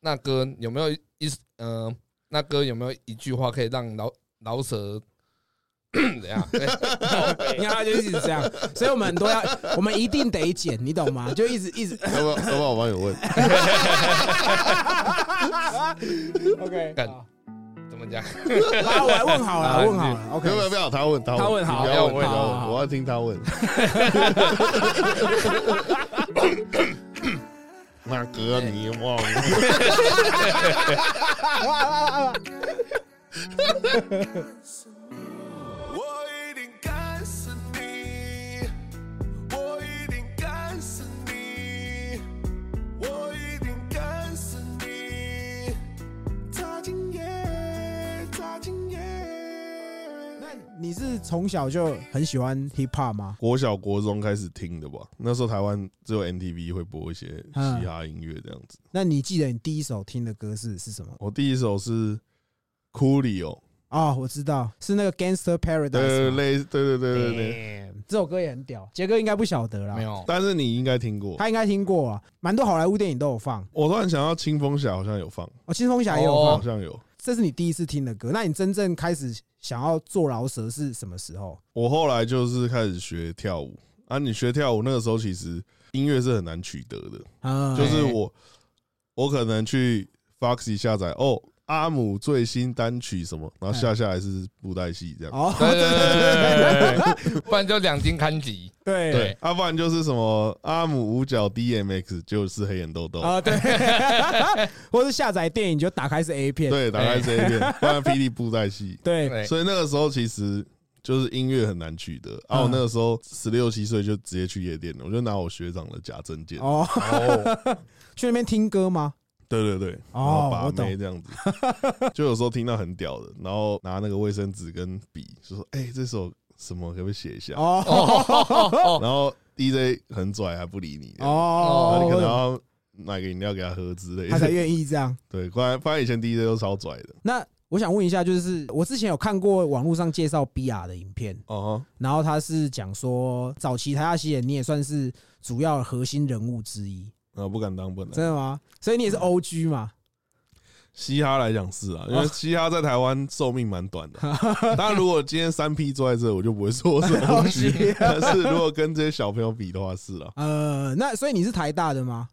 那哥有没有一呃，那哥有没有一句话可以让老老舍怎样？你看他就一直这样，所以我们很多要，我们一定得剪，你懂吗？就一直一直要不要要不要我帮你问？ ，OK，干好怎么讲？好，我来问好好了，问好你了没有没有，OK，没有，他问他他问好你不要问好他好问，好我要听他 问。那哥你忘了？我一定干死你！我一定干死你！我一定干死你！擦进夜，擦进夜。你是从小就很喜欢 hip hop 吗？国小国中开始听的吧，那时候台湾只有 NTV 会播一些嘻哈音乐这样子。那你记得你第一首听的歌是是什么？我第一首是《Coolio》，哦，我知道，是那个 Gangster 对 Paradise 吗。类似对对对对对， Damn，这首歌也很屌，杰哥应该不晓得啦没，有，但是你应该听过。他应该听过啊，蛮多好莱坞电影都有放，我突然想到，清风侠好像有放，哦，青风侠也有放哦好。像有。这是你第一次听的歌，那你真正开始想要做饶舌是什么时候？我后来就是开始学跳舞啊，你学跳舞那个时候其实音乐是很难取得的，啊就是我我可能去 Foxy 下载哦。阿姆最新单曲什么？然后下下来是布袋戏这样。哦，对对对对对对，不然就两斤看集。 对对啊，不然就是什么阿姆五角 DMX 就是黑眼豆豆，啊对，或是下载电影就打开是 A 片，对，打开 这一遍，不然霹雳布袋戏。对对，所以那个时候其实就是音乐很难取得。啊，我嗯那个时候十六七岁就直接去夜店了，我就拿我学长的假证件，哦， 哦，去那边听歌吗？对对对，然哦后把我懂妹这样子，就有时候听到很屌的，然后拿那个卫生纸跟笔，就说：“哎，这首什么可不可以写一下？”哦，然后 DJ 很拽还不理你，然哦后你可能我懂要买个饮料给他喝之类他才的。愿意这样。对，不然不然以前 DJ 都超拽的。那我想问一下，就是我之前有看过网络上介绍 BR 的影片，哦、然后他是讲说，早期台下西演你也算是主要核心人物之一，啊，不敢当，不敢真当。的吗？所以你也是 OG 嘛？嘻哈来讲是啊，因为嘻哈在台湾寿命蛮短的。当然，如果今天三 P 坐在这，我就不会说什么东西。但是如果跟这些小朋友比的话，是啊。呃，那所以你是台大的吗？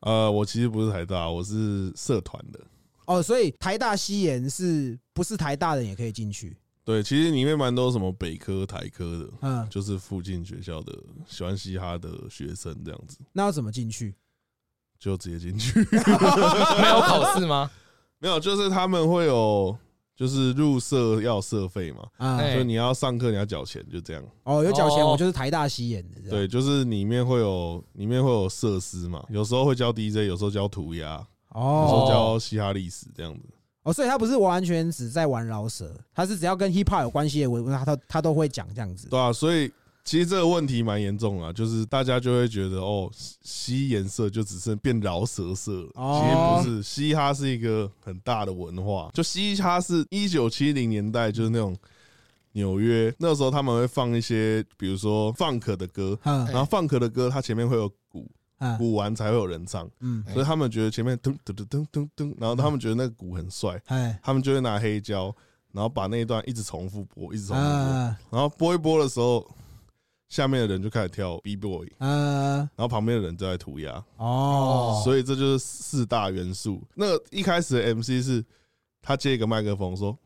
呃，我其实不是台大，我是社团的。哦，所以台大西研是不是台大人也可以进去？对，其实里面蛮多什么北科、台科的，嗯，就是附近学校的喜欢嘻哈的学生这样子，那要怎么进去？就直接进去。没有考试吗？没有，就是他们会有，就是入社要社费嘛，啊、哎所以你要上课你要缴钱，就这样。哦，有缴钱，哦我就是台大西研的。这样，对，就是里面会有里面会有设施嘛，有时候会教 DJ，有时候教涂鸦，有时候哦教嘻哈历史这样子。哦，所以他不是完全只在玩饶舌，他是只要跟 hip hop 有关系的文，他都他都会讲这样子。对啊，所以其实这个问题蛮严重啊，就是大家就会觉得哦，嘻嘻颜色就只剩变饶舌色了。哦其实不是，嘻哈是一个很大的文化，就嘻哈是一九七零年代就是那种。纽约那时候他们会放一些，比如说 funk 的歌，嗯然后 funk 的歌它前面会有鼓，嗯鼓完才会有人唱。嗯，所以他们觉得前面噔噔噔噔噔噔，然后他们觉得那个鼓很帅，哎他们就会拿黑胶，然后把那一段一直重复播，一直重复播，啊然后播一播的时候，下面的人就开始跳 B boy，呃然后旁边的人就在涂鸦，哦，所以这就是四大元素。那个一开始的 MC 是他接一个麦克风说：“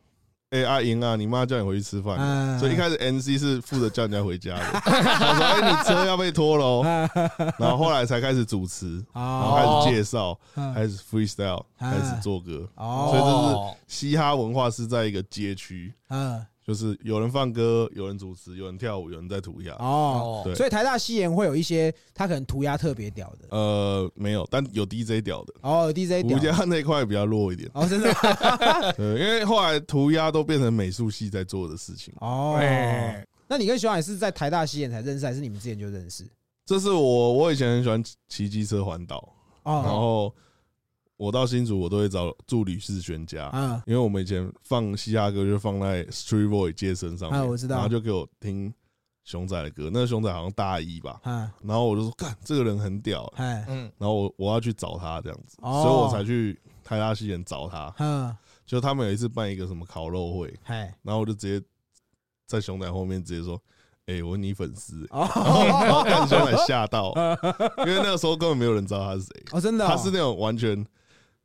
哎、阿莹啊，你妈叫你回去吃饭。”嗯所以一开始 MC 是负责叫人家回家的，他说：“哎、你车要被拖 了哦。”然后后来才开始主持，然后哦开始介绍，嗯开始 freestyle，嗯开始做歌。哎所以哦，这是嘻哈文化是在一个街区，嗯就是有人放歌，有人主持，有人跳舞，有人在涂鸦。哦哦，对所以台大西研会有一些他可能涂鸦特别屌的，呃，没有，但有 DJ 屌的，哦有，DJ 涂屌的，。鸦那一块比较弱一点 哦， 真的吗，对，因为后来涂鸦都变成美术系在做的事情。哦，哎，那你跟熊海是在台大西演才认识，还是你们之前就认识？这是我我以前很喜欢骑骑机车环岛，然哦，后我到新竹我都会找住吕士轩家，嗯，因为我们以前放嘻哈歌就放在 Street Boy 街身上啊面，我知道然后就给我听熊仔的歌，那个熊仔好像大一吧，嗯，然后我就说，干，这个人很屌，哎，嗯，然后我我要去找他这样子，哦所以我才去台大西园找他。嗯，就他们有一次办一个什么烤肉会，哎，然后我就直接在熊仔后面直接说：“哎、我是你粉丝、 欸。”然后然后哦，看熊仔吓到，因为那个时候根本没有人知道他是谁， 哦，真的哦，他是那种完全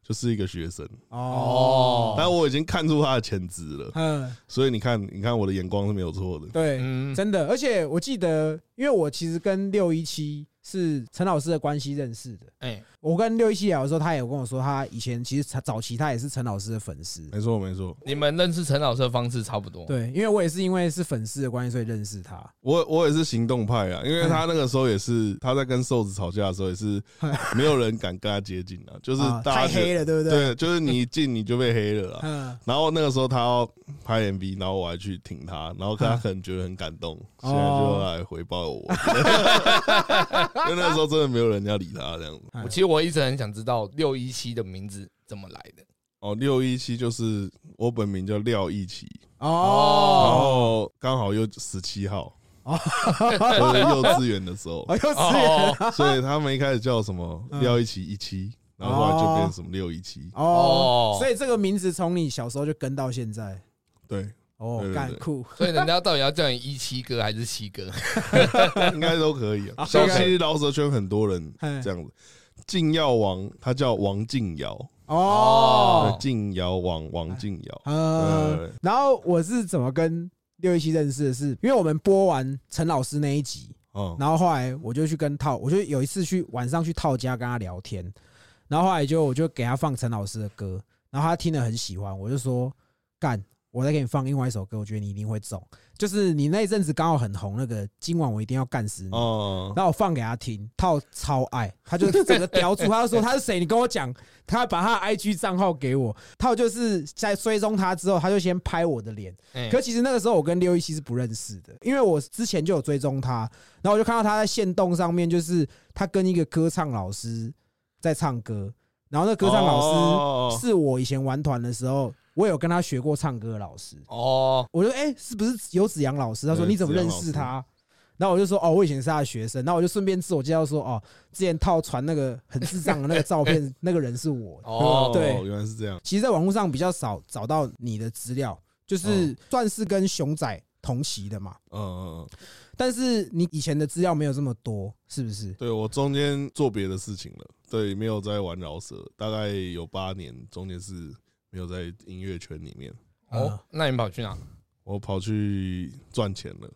就是一个学生，哦，但我已经看出他的潜质了，嗯，所以你看，你看我的眼光是没有错的。对，嗯，真的，而且我记得，因为我其实跟六一七是陈老师的关系认识的。哎，我跟六一七聊的时候，他也有跟我说，他以前其实他早期他也是陈老师的粉丝。没错，没错，你们认识陈老师的方式差不多。对，因为我也是因为是粉丝的关系，所以认识他。我我也是行动派啊，因为他那个时候也是他在跟瘦子吵架的时候，也是没有人敢跟他接近 啊，就是啊大家太觉得黑了，对不对？对，就是你一进你就被黑了啊。嗯，然后那个时候他要拍 MV，然后我还去挺他，然后他可能觉得很感动，哦现在就来回报 我，因为那个时候真的没有人要理他这样子。我其实我一直很想知道六一七的名字怎么来的。哦，六一七就是我本名叫廖一奇，然哦，后刚好又十七号，哦我在幼稚园的时候，哦，又是哦， 所以他们一开始叫什么廖一奇一七，然后后来就变成什么六一七，嗯哦哦，所以这个名字从你小时候就跟到现在。对，哦对，对干对酷，所以人家到底要叫你一七哥还是七哥？应该都可以 啊。啊小应该西饶舌圈很多人嘿这样子，禁药王他叫王静瑶，哦，对禁瑶王王静瑶，对对呃对，然后我是怎么跟六一七认识的是？因为我们播完陈老师那一集，嗯，然后后来我就去跟套，我就有一次去晚上去套家跟他聊天，然后后来就我就给他放陈老师的歌，然后他听了很喜欢，我就说干，我再给你放另外一首歌，我觉得你一定会中，就是你那一阵子刚好很红那个，今晚我一定要干死你。哦，然后我放给他听，套超爱，他就整个叼住，他就说他是谁，你跟我讲，他把他的 IG 账号给我，套就是在追踪他之后，他就先拍我的脸，哎可其实那个时候我跟六一七是不认识的，因为我之前就有追踪他，然后我就看到他在线动上面，就是他跟一个歌唱老师在唱歌，然后那歌唱老师老是我以前玩团的时候，我有跟他学过唱歌的老师，哦，我就哎、诶是不是有子阳老师？他说对你怎么子认阳识他？然后我就说哦，我以前是他的学生。然后我就顺便自我介绍说哦，之前套传那个很智障的那个照片，那个人是我。哦对原来是这样，其实，在网络上比较少找到你的资料，就是算是跟熊仔同期的嘛。嗯嗯嗯，但是你以前的资料没有这么多，是不是？ 对我中间做别的事情了，对，没有在玩饶舌，大概有八年，中间是没有在音乐圈里面，哦，那你跑去哪？我跑去赚钱 了。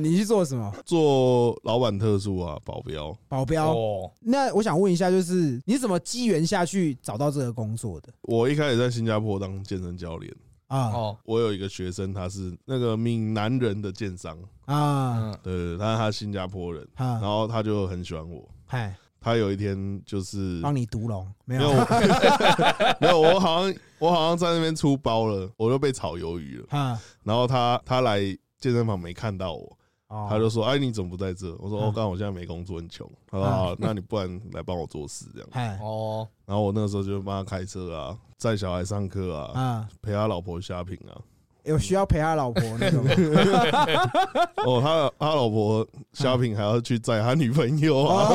你去做什么做老板特助啊，保镖。保镖？哦，那我想问一下，就是你怎么机缘下去找到这个工作的我一开始在新加坡当健身教练，啊哦，我有一个学生，他是那个闽南人的建商，啊嗯，对对，对但是他新加坡人，然啊！后他就很喜欢我。嗨，他有一天就是帮你读龙没没有有？我 没有，我好像我好像在那边出包了，我就被炒鱿鱼了。啊，然后他他来健身房没看到我，哦他就说：“哎，你怎么不在这？”我说：“嗯哦，刚好我现在没工作，很穷。”他说：“嗯好，那你不然来帮我做事这样。”嗨哦，然后我那时候就帮他开车啊，载小孩上课啊，啊，陪他老婆 shopping 啊。 有需要陪他老婆那种哦，他他老婆 shopping 还要去载他女朋友啊，哦，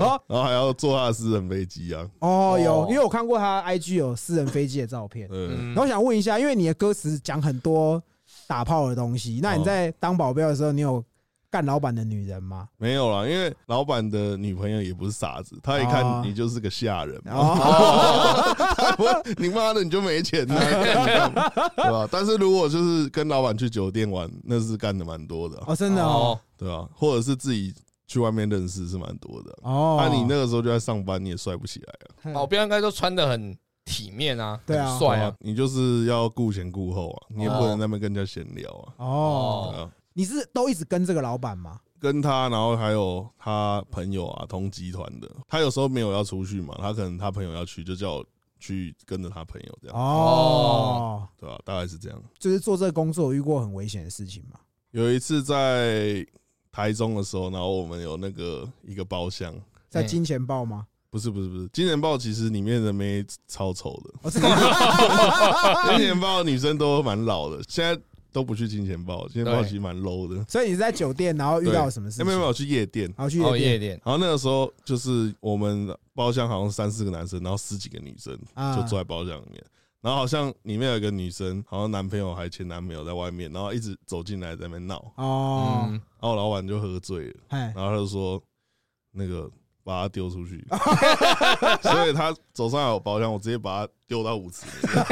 哦 然后还要坐他的私人飞机啊。哦，有，因为我看过他 IG 有私人飞机的照片。嗯，嗯然后我想问一下，因为你的歌词讲很多打炮的东西，那你在当保镖的时候，你有干老板的女人吗？没有啦，因为老板的女朋友也不是傻子，他一哦看你就是个下人嘛，哦， 他不会你妈的你就没钱 啊了，对吧？但是如果就是跟老板去酒店玩，那是干的蛮多的啊，哦，真的哦，对吧？或者是自己去外面认识是蛮多的啊。哦，那你那个时候就在上班，你也帅不起来。哦，啊保镖应该都穿的很体面啊，嗯对啊很帅啊啊，，你就是要顾前顾后啊，你也不能在那边跟人家闲聊啊。哦，对啊，你是都一直跟这个老板吗？跟他，然后还有他朋友啊，同集团的，他有时候没有要出去嘛，他可能他朋友要去，就叫我去跟着他朋友这样，哦，对吧、啊大概是这样。就是做这个工作有遇过很危险的事情嘛？有一次在台中的时候，然后我们有那个一个包厢，在嗯金钱豹吗？不是不是不是，金钱豹其实里面的妹超丑的， 哦，这个金钱豹的女生都蛮老的，现在。都不去金钱豹，金钱豹对其实蛮 low 的。所以你是在酒店，然后遇到对什么事哎，情？没有没有，去夜店。然后去哦，夜店店然后那个时候就是我们包厢好像三四个男生，然后十几个女生啊就坐在包厢里面。然后好像里面有一个女生，好像男朋友还前男朋友在外面，然后一直走进来在那边闹，哦，嗯，然后老板就喝醉了，哎，然后他就说那个把他丢 出去，所以他走上来我包厢，我直接把他丢到舞池里面。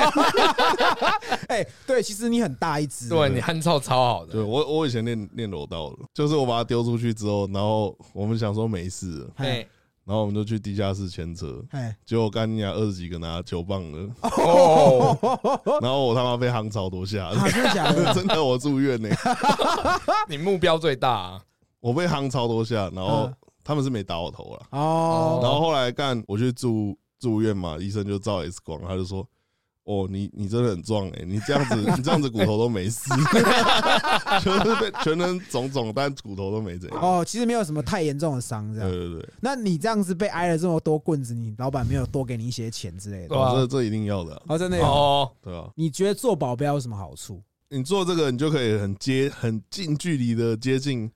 哎，对，其实你很大一只，对你汉操超好对的，我我以前练练柔道的，就是我把他丢出去之后，然后我们想说没事了，哎，对，然后我们就去地下室牵扯，哎，结果干你俩二十几个拿球棒的，哦，然后我他妈被夯超多下啊，真的假 的？的， 真的我住院呢、你目标最大啊，我被夯超多下，然后嗯他们是没打我头了，哦，然后后来干我去住住院嘛，医生就照 X 光，他就说。哦，你你真的很壮哎、你这样子，你这样子骨头都没事， 就是被全身肿肿，但骨头都没怎样。哦，其实没有什么太严重的伤，这对样。对对，那你这样子被挨了这么多棍子，你老板没有多给你一些钱之类的？对啊这这一定要的啊、哦，真的有。哦，对啊，你觉得做保镖有什么好处？你做这个，你就可以很接、很近距离的接近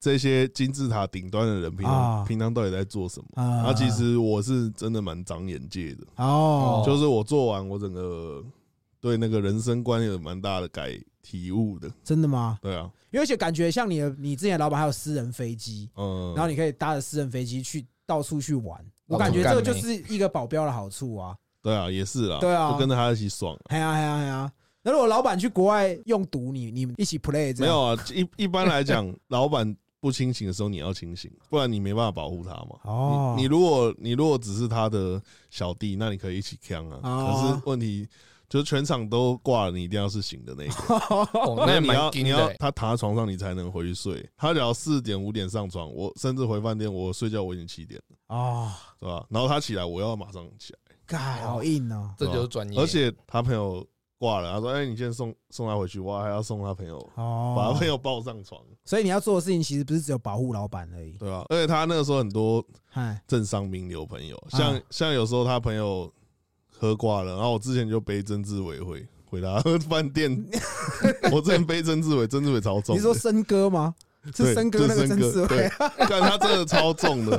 这些金字塔顶端的人，平常、啊平常到底在做什么？啊啊，其实我是真的蛮长眼界的，哦，就是我做完，我整个对那个人生观有蛮大的改体悟的。真的吗？对啊，因为而且感觉像你的，你之前的老板还有私人飞机，嗯，然后你可以搭着私人飞机去到处去玩。到我感处觉这干个就妹是一个保镖的好处啊！对啊，也是啦，对啊就跟着他一起爽、啊。哎呀哎呀哎呀！那如果老板去国外用毒你，你们一起 play 这样？没有啊，一一般来讲， 老板不清醒的时候你要清醒，不然你没办法保护他嘛。哦你你如果你如果只是他的小弟，那你可以一起扛啊。哦可是问题就是全场都挂了，你一定要是醒的那个。哦 那也你蛮要劲你要的，他躺在床上，你才能回去睡。他只要四点五点上床，我甚至回饭店，我睡觉我已经七点了，哦，是吧？然后他起来，我要马上起来。干好硬哦！这就是专业，而且他朋友挂了，他说：“哎，你先送送他回去，我还要送他朋友，把他哦朋，友抱上床，所以你要做的事情其实不是只有保护老板而已。对吧？”而且他那个时候很多嗨，政商名流朋友，啊像像有时候他朋友喝挂了，然后我之前就背曾志伟回回他饭店， 我之前背曾志伟，曾志伟超重你是的，说森哥吗？是对森哥就那个森曾志哥伟对，但他真的超重的，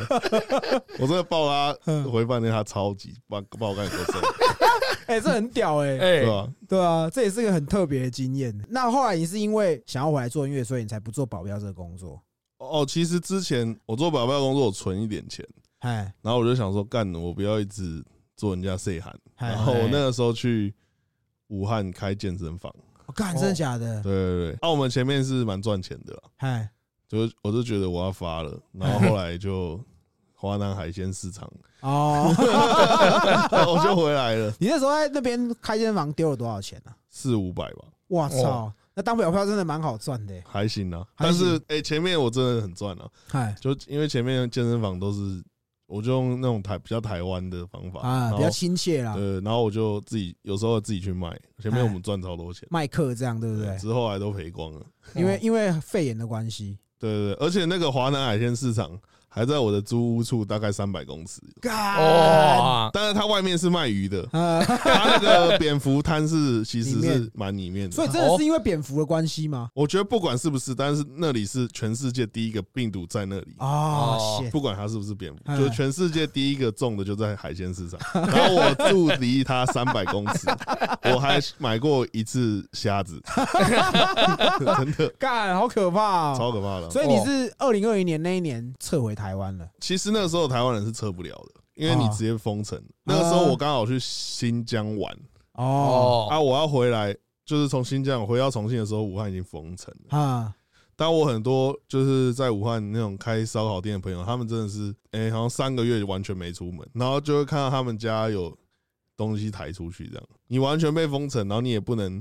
我真的抱嗯他回饭店，他超级抱抱我干多 重， 哎，这很屌哎！对哎，吧？对啊，这也是个很特别的经验。那后来你是因为想要回来做音乐，所以你才不做保镖这个工作？哦，其实之前我做保镖工作，我存一点钱，哎，然后我就想说，干，我不要一直做人家 say 喊，哎然后我那个时候去武汉开健身房，我哦干，真的假的？哦对对对，啊，我们前面是蛮赚钱的啦。哎，就是我就觉得我要发了，然后后来就华南海鲜市 场，哦， 然后我就回来了，你那时候在那边开健身房丢了多少钱呢、啊？四五百吧，我操哦，那当保镖真的蛮好赚的、欸。还行啊。还但行是哎、前面我真的很赚啊，嗨，就因为前面健身房都是，我就用那种台比较台湾的方法啊，然比较后亲切啦，呃，然后我就自己有时候自己去卖，前面哎我们赚超多钱，卖课这样对不对？之后来都赔光了。因为因为肺炎的关系，对对对，而且那个华南海鲜市场还在我的租屋处大概三百公尺，干， 哇，但是它外面是卖鱼的，呃，它那个蝙蝠摊是其实里面是蛮里面的， 所以真的是因为蝙蝠的关系吗？我觉得不管是不是，但是那里是全世界第一个病毒在那里，啊，哦谢，不管它是不是蝙蝠，哎就是全世界第一个中的就在海鲜市场。然后我住离它三百公 尺，我还买过一次虾子，真的干，好可怕、哦！超可怕的。所以你是二零二一年那一年撤回台湾了，其实那个时候台湾人是撤不了的，因为你哦直接封城。那个时候我刚好去新疆玩哦，哦，啊，我要回来，就是从新疆回到重庆的时候，武汉已经封城了。啊，但我很多就是在武汉那种开烧烤店的朋友，他们真的是，哎、好像三个月完全没出门，然后就会看到他们家有东西抬出去，这样你完全被封城，然后你也不能，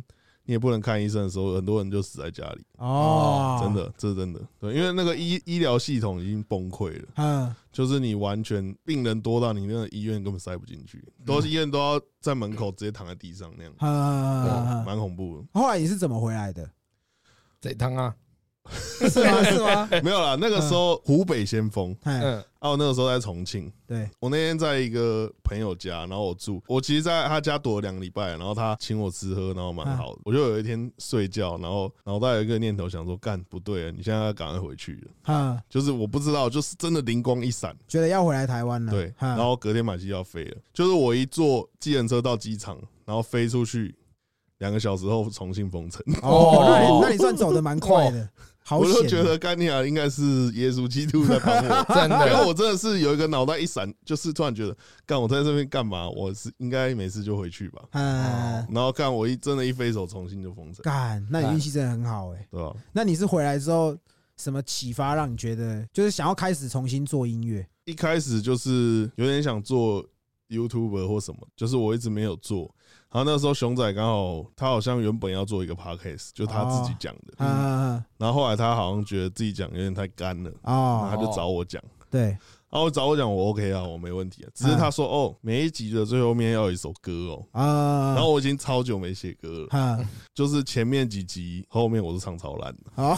你也不能看医生的时候，很多人就死在家里，哦，真，的，这是真的，对，因为那个医医疗系统已经崩溃了，嗯，就是你完全病人多到你那个医院根本塞不进去，都是医院都要在门口直接躺在地上那样，啊，哦蛮恐怖的。 后来你是怎么回来的？这一趟啊，是吗？是吗？没有啦，那个时候湖北先锋，哎，嗯，哦，那个时候在重庆，对，我那天在一个朋友家，然后我住，我其实在他家躲了两个礼拜，然后他请我吃喝，然后啊蛮好的。我就有一天睡觉，然后脑袋有一个念头想说，干不对了，啊你现在要赶快回去了。哈，就是我不知道，就是真的灵光一闪，觉得要回来台湾了，对。啊哈然后隔天买机票飞了，就是我一坐计程车到机场，然后飞出去，两个小时后重庆封城，哦，那你哦那你算走的蛮快的，好 我险啊，就觉得甘尼亚应该是耶稣基督在帮 我。真因为 的，我真的是有一个脑袋一闪，就是突然觉得，干我在这边干嘛？我是应该没事就回去吧。哎， 然后干我一真的，一飞手重新就封城，干，那你运气真的很好哎。对吧？那你是回来之后什么启发让你觉得就是想要开始重新做音乐？一开始就是有点想做 YouTuber 或什么，就是我一直没有做。然后那时候熊仔刚好他好像原本要做一个 podcast，就他自己讲的。啊然后后来他好像觉得自己讲有点太干了，然后他哦，就找我讲。对，然后找我讲我 OK 啊，我没问题啊。只是他说哦，每一集的最后面要有一首歌哦。啊，然后我已经超久没写歌了，哈，就是前面几集后面我是唱超烂的。好，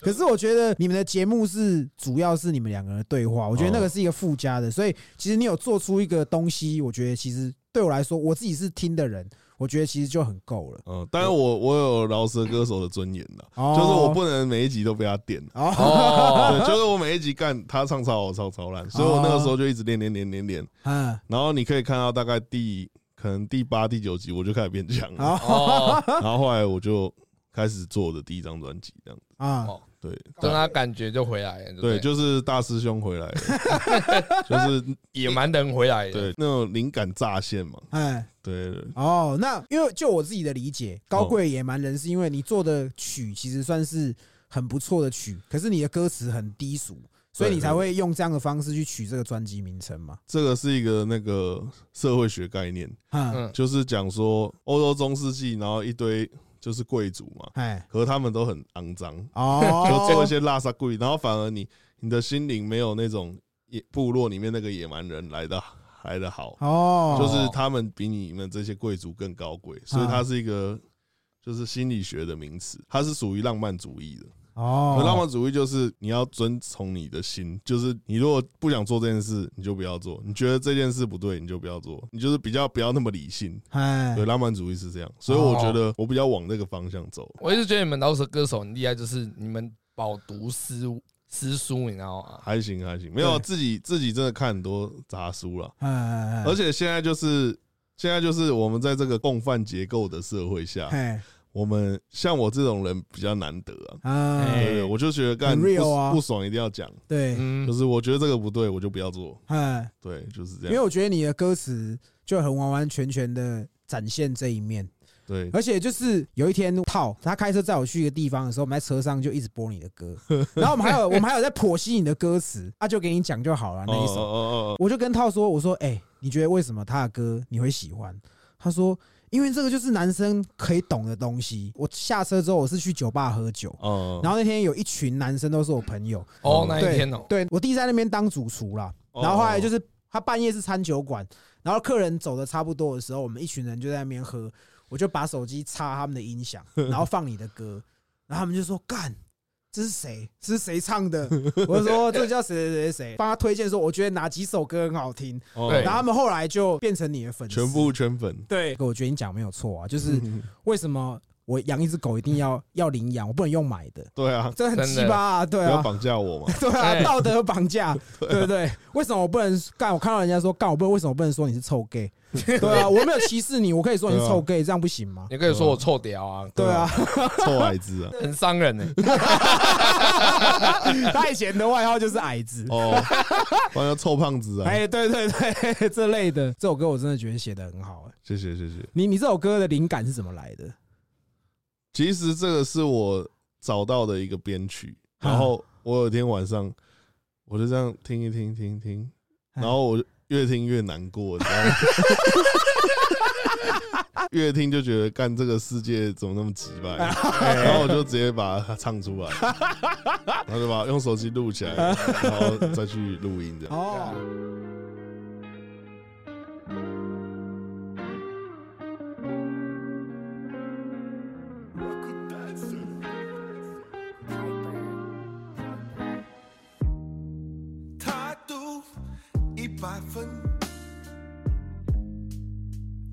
可是我觉得你们的节目是主要是你们两个人的对话，我觉得那个是一个附加的，所以其实你有做出一个东西，我觉得其实对我来说，我自己是听的人，我觉得其实就很够了。嗯，当然我我有饶舌歌手的尊严的，哦，就是我不能每一集都被他电。哦，对，就是我每一集干他唱超好，唱超烂，所以我那个时候就一直练练练练练。嗯，然后你可以看到大概第可能第八第九集我就开始变强了，好哦，然后后来我就开始做我的第一张专辑这样子。啊，哦对让他感觉就回来了，不对，就是大师兄回来了，就是野蛮人回来了，对那种灵感乍现嘛。哎，对，对哦，那因为就我自己的理解，《哦高贵野蛮人》是因为你做的曲其实算是很不错的曲，可是你的歌词很低俗，所以你才会用这样的方式去取这个专辑名称嘛。这个是一个那个社会学概念。嗯，嗯，就是讲说欧洲中世纪，然后一堆就是贵族嘛，哎，可是他们都很肮脏，哦，就做一些拉萨贵，然后反而你你的心灵没有那种野部落里面那个野蛮人来的来的好，哦，就是他们比你们这些贵族更高贵，所以它嗯是一个。就是心理学的名词，它是属于浪漫主义的。哦而，浪漫主义就是你要遵从你的心，就是你如果不想做这件事，你就不要做；你觉得这件事不对，你就不要做。你就是比较不要那么理性，哎对，，浪漫主义是这样，所以我觉得我比较往那个方向走。我一直觉得你们饶舌歌手很厉害，就是你们饱读诗诗书，你知道吗？还行还行，没有啊自己自己真的看很多杂书了，哎，而且现在就是现在就是我们在这个共犯结构的社会下，哎，我们像我这种人比较难得啊。啊，哎对，我就觉得干很不 real 啊不爽一定要讲，对，嗯就，是我觉得这个不对，我就不要做。哎，对，就是这因为样。我觉得你的歌词就很完完全全的展现这一面。对，而且就是有一天，套他开车载我去一个地方的时候，我们在车上就一直播你的 歌，然后我们还有我们还有在剖析你的歌词，他就给你讲就好了那一哦首。哦哦我就跟套说，我说，哎，你觉得为什么他的歌你会喜欢？他说，因为这个就是男生可以懂的东西。我下车之后，我是去酒吧喝酒，哦哦，然后那天有一群男生都是我朋友，哦，那一对天哦，对我弟在那边当主厨啦，哦然后后来就是他半夜是餐酒馆，然后客人走的差不多的时候，我们一群人就在那边喝，我就把手机插他们的音响，然后放你的歌，然后他们就说干。这是谁？这是谁唱的？我就说哦这叫谁谁谁谁，帮他推荐说，我觉得哪几首歌很好听。哦对然后他们后来就变成你的粉丝，全部嗯圈粉，对。我觉得你讲没有错啊，就是为什么我养一只狗一定要要领养，我不能用买的， 对啊，这很真的鸡巴啊，对啊，不要绑架我嘛。 对啊，哎道德绑架， 对啊不对？为什么我不能干？我看到人家说干，我不为什么不能说你是臭 gay？对啊，我没有歧视你，我可以说你是臭 gay，这样不行吗？你可以说我臭屌嗯啊，啊对啊，臭矮子啊！ 很伤人欸呢。 他以啊前的外号就是矮子，哦，不然叫臭胖子啊！哎，对对对， 这类的这首歌我真的觉得写的很好。哎谢谢谢谢。你你这首歌的灵感是怎么来的？其实这个是我找到的一个编曲，啊然后我有一天晚上我就这样听一听听一听，哎然后我就越听越难过，你 知道吗？越听就觉得干这个世界怎么那么鸡掰，啊然后我就直接把它唱出来，然后就把它用手机录起来，啊然后再去录音这样。哦，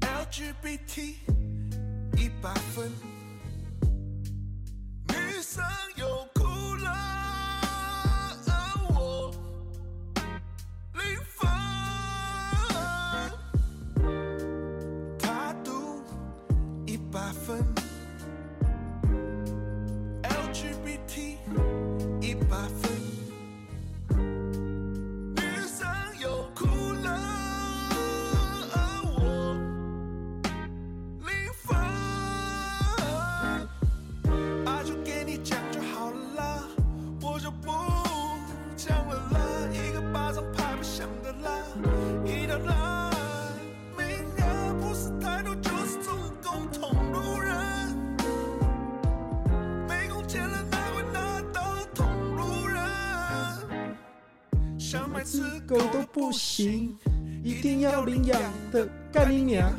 LGBT 一百分。女生又哭了，而我零分。他读一百分，LGBT 一百分。女生又哭了，而我零分。啊，就给你讲就好了啦，我就不讲了啦，一个巴掌拍不响的啦，一道啦，明啊，不是态度就是种共同路人，没空见了哪会拿到同路人，想买吃狗都不行，一定要领养的干你娘，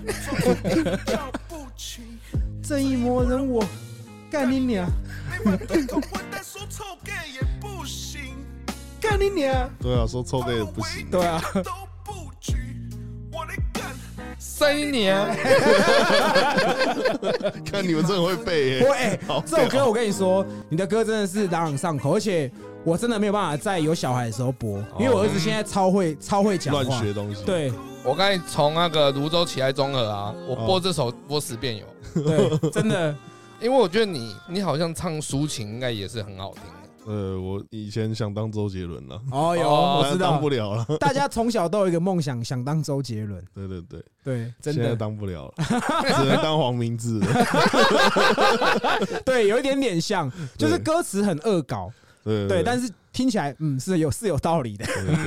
叫不起。正义魔人我干你娘，没把对头混蛋说臭 gay 也不行，干你娘！对啊，说臭 gay 也不行。对啊都不举，我得干。三年，看你们真的会背 我耶，哎、 好这首歌我跟你说，你的歌真的是朗朗上口，而且我真的没有办法在有小孩的时候播，因为我儿子现在超会超会讲哦乱话学。东西。，对我刚才从那个泸州起来综合啊，我播嗯这首播十遍有， 对，真的因为我觉得你你好像唱抒情应该也是很好听的，呃，我以前想当周杰伦了，啊哦有哦我但知是当道不，了了。大家从小都有一个梦想，想当周杰伦，对对对，对，真现在的当不了了，只能当黄明志了。 对，有一点点像，就是对歌词很恶搞，对对，但是是听起来嗯是有是有道理的。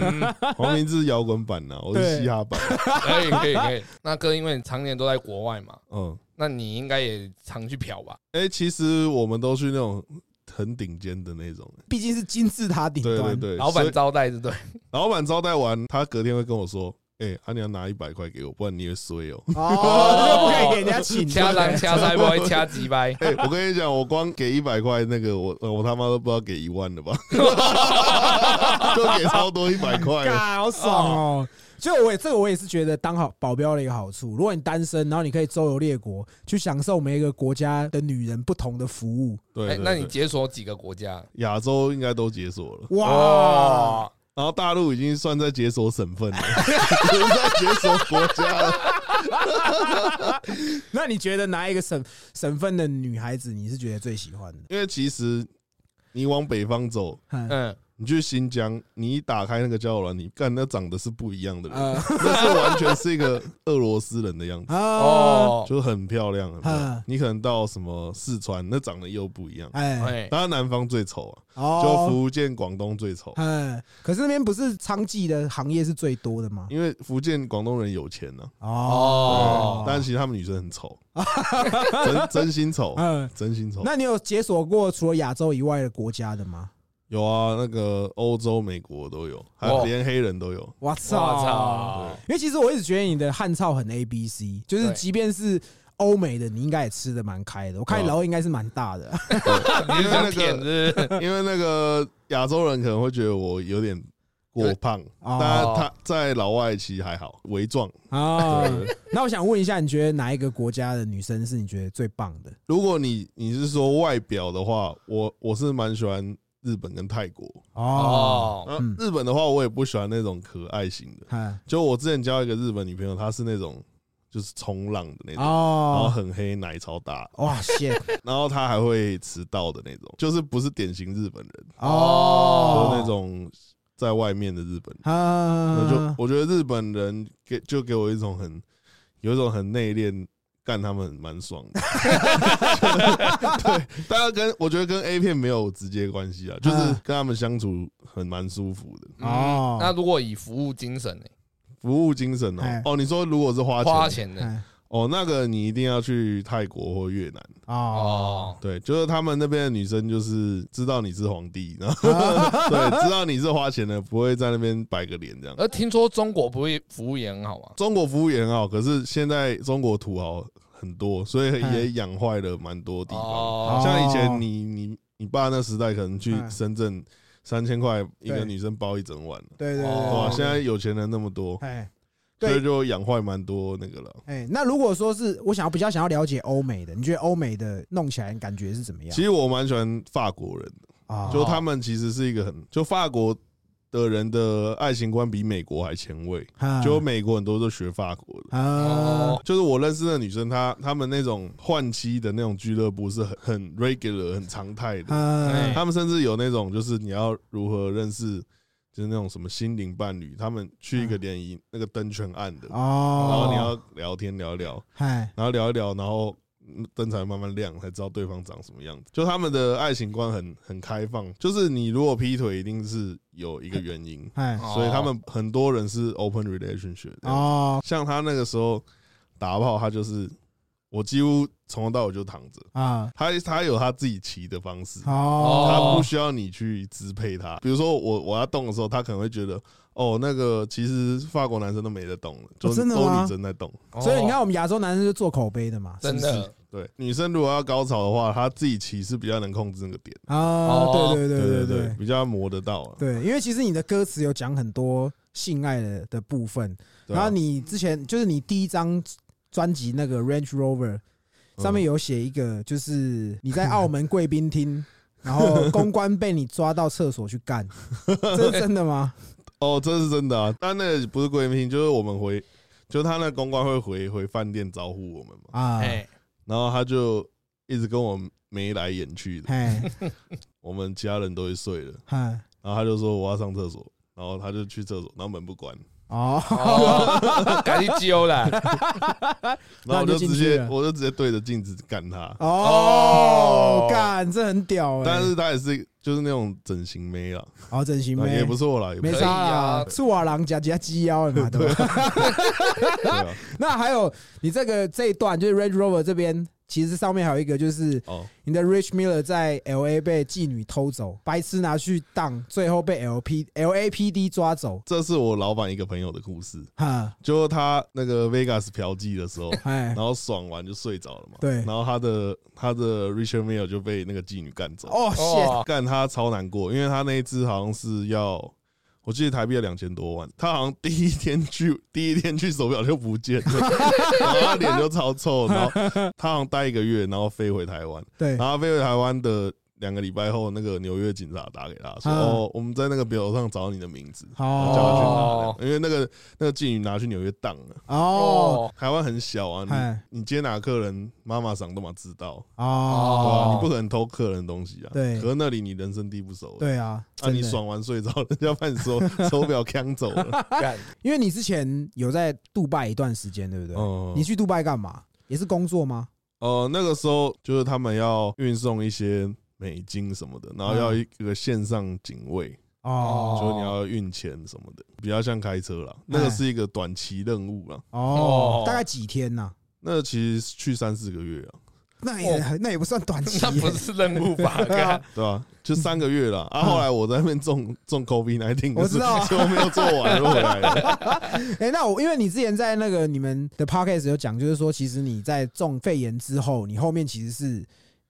黄明志摇滚版呐，我对是嘻哈版。可以可以可以。那哥，因为你常年都在国外嘛，嗯，那你应该也常去嫖吧？哎，其实我们都去那种很顶尖的那种。毕竟是金字塔顶对对端，对，老所板以招待 是对，老板招待完，他隔天会跟我说：“哎、啊，你要拿一百块给我，不然你会衰哦。。哦，又不可以给人家请，掐狼掐腮不会掐鸡掰哎，我跟你讲，我光给一百块，那个我呃我他妈都不知道给一万了吧， 就给超多一百 块了。嘎，好爽哦！所以我也这个我也是觉得当好保镖的一个好处。如果你单身，然后你可以周游列国，去享受每一个国家的女人不同的服务。对哎，对那你对解锁几个国家？亚洲应该都解锁了，哇，哇，然后大陆已经算在解锁省份了，不是在解锁国家了。那你觉得哪一个省省份的女孩子你是觉得最喜欢的？因为其实你往北方走，嗯嗯，你去新疆，你一打开那个交友软体，干那长得是不一样的人，呃那是完全是一个俄罗斯人的样 子。哦，哦，就是很漂亮，很漂嗯亮。你可能到什么四川，那长得又不一样。哎哎，当然南方最丑啊，就哦，福建、广东最丑，哎，可是那边不是娼妓的行业是最多的吗？因为福建、广东人有钱呐、哦哦，但其实他们女生很丑，真真心丑，嗯，真心丑。那你有解锁过除了亚洲以外的国家的吗？有啊，那个欧洲、美国都有，还有哦连黑人都有。 我我操！操，因为其实我一直觉得你的汉操很 A B C，就是对即便是欧美的，你应该也吃的蛮开的。我啊看你老二应该是蛮大 的，你是想因舔是为不是？那个，因为那个亚洲人可能会觉得我有点过胖，哦但他在老外其实还好，微壮。啊对。那我想问一下，你觉得哪一个国家的女生是你觉得最棒的？如果你你是说外表的话，我我是蛮喜欢日本跟泰国。哦，哦，那嗯日本的话，我也不喜欢那种可爱型的。看就我之前交一个日本女朋友，她是那种就是冲浪的那种，然后哦，很黑，奶超大，哇 塞，然后她还会迟到的那种，就是不是典型日本人，哦就，是那种在外面的日本人。我就啊，我觉得日本人给就给我一种很有一种很内敛，干他们很蛮爽的。对，当然跟我觉得跟 A 片没有直接关系啊，就是嗯跟他们相处很蛮舒服的，哦嗯那如果以服务精神呢？服务精神哦哎。哦，你说如果是花钱花钱呢？哎哦，那个你一定要去泰国或越南，哦，哦，对，就是他们那边的女生就是知道你是皇帝，然后对，知道你是花钱的，不会在那边摆个脸这样。而听说中国不会服务也很好嘛？中国服务也很好，可是现在中国土豪很多，所以也嗯养坏了蛮多地方。哦，像以前你你你爸那时代，可能去嗯深圳三千块一个对女生包一整晚，对对对哇！哦对，现在有钱人那么多，哎，对所以就养坏蛮多那个了。哎，那如果说是我想要比较想要了解欧美的，你觉得欧美的弄起来感觉是怎么样其？实我蛮喜欢法国人的，啊就他们其实是一个很就法国的人的爱情观比美国还前卫，啊就美国很多都学法国的。啊哦，就是我认识的女生，她她们那种换妻的那种俱乐部是很很 regular 很常态的，啊哎他们甚至有那种就是你要如何认识，就是那种什么心灵伴侣，他们去一个联谊那个灯全暗的，然哦，后你要聊天聊一聊，嗨然后聊一聊，然后嗯灯才慢慢亮，才知道对方长什么样子。就他们的爱情观很很开放，就是你如果劈腿，一定是有一个原因，嗨哦所以他们很多人是 open relationship 这样子。哦像他那个时候打炮，他就是我几乎从头到尾就躺着，啊他他有他自己骑的方式，哦他不需要你去支配他。比如说我我要动的时候，他可能会觉得哦，那个其实法国男生都没得动了，就哦真的都吗女生在动。所以你看，我们亚洲男生就做口碑的嘛，哦真是不是的对，女生如果要高潮的话，她自己骑是比较能控制那个点，啊，哦对对对对对比较磨得到啊。对，因为其实你的歌词有讲很多性爱的的部分，对啊然后你之前就是你第一张专辑那个 Range Rover 嗯上面有写一个，就是你在澳门贵宾厅，然后公关被你抓到厕所去干，这是真的吗？哦，这是真的啊，但那个不是贵宾厅，就是我们回，就是他那公关会回回饭店招呼我们嘛，啊，哎，然后他就一直跟我们眉来眼去的，嘿，我们其他人都会睡了，嗨，然后他就说我要上厕所，然后他就去厕所，然后门不关，哦，哦， 赶紧揪了，然那后我你就就进直去接了我就直接对着镜子干他，哦，哦干，这很屌哎、但是他也是就是那种整形妹啊，好整形妹也不错啦，也不没错，啥可以啦啊，醋瓦郎加加鸡腰的嘛，对吧？对啊， 那还有你这个这一段就是 Range Rover 这边，其实上面还有一个就是哦，你的 Rich Miller 在 L A 被妓女偷走，白痴拿去当，最后被 L P L A P D 抓走，这是我老板一个朋友的故事。哈，，就他那个 Vegas 嫖妓的时候 哎然，后爽完就睡着了嘛。对然后他的他的 Richard Mille 就被那个妓女干走，哦，谢，哦，干他超难过，因为他那一只好像是要。我记得台币要两千多万，他好像第一天去， 第一天去手表就不见 了，然后他脸就超臭，然后他好像待一个月，然后飞回台湾，对，然后飞回台湾的两个礼拜后，那个纽约警察打给他说：“啊哦，我们在那个表上找你的名字，然后叫他去哦拿的，因为那个那个妓女拿去纽约当了。”哦哦，台湾很小啊嗨，你你接哪客人，妈妈赏都嘛知道，对哦，哦吧、你不可能偷客人的东西啊。对可是那里你人生地不熟，，对啊，啊，你真的爽完睡着，人家把你手 手表抢走了。干，因为你之前有在杜拜一段时间， 对不对？哦你去杜拜干嘛？也是工作吗？呃，那个时候就是他们要运送一些美金什么的，然后要一个线上警卫，哦就是你要运钱什么的，比较像开车啦。那个是一个短期任务啦，哦哦，大概几天呐？那其实去三四个月啊，那也那也不算短期 那不耶， 是任务吧？对啊干，对吧、就三个月了啊！后来我在那边 中中 COVID 1嗯9我知道啊就没有做完，就回来了。哎、那我因为你之前在那个你们的 podcast 有讲，就是说，其实你在中肺炎之后，你后面其实是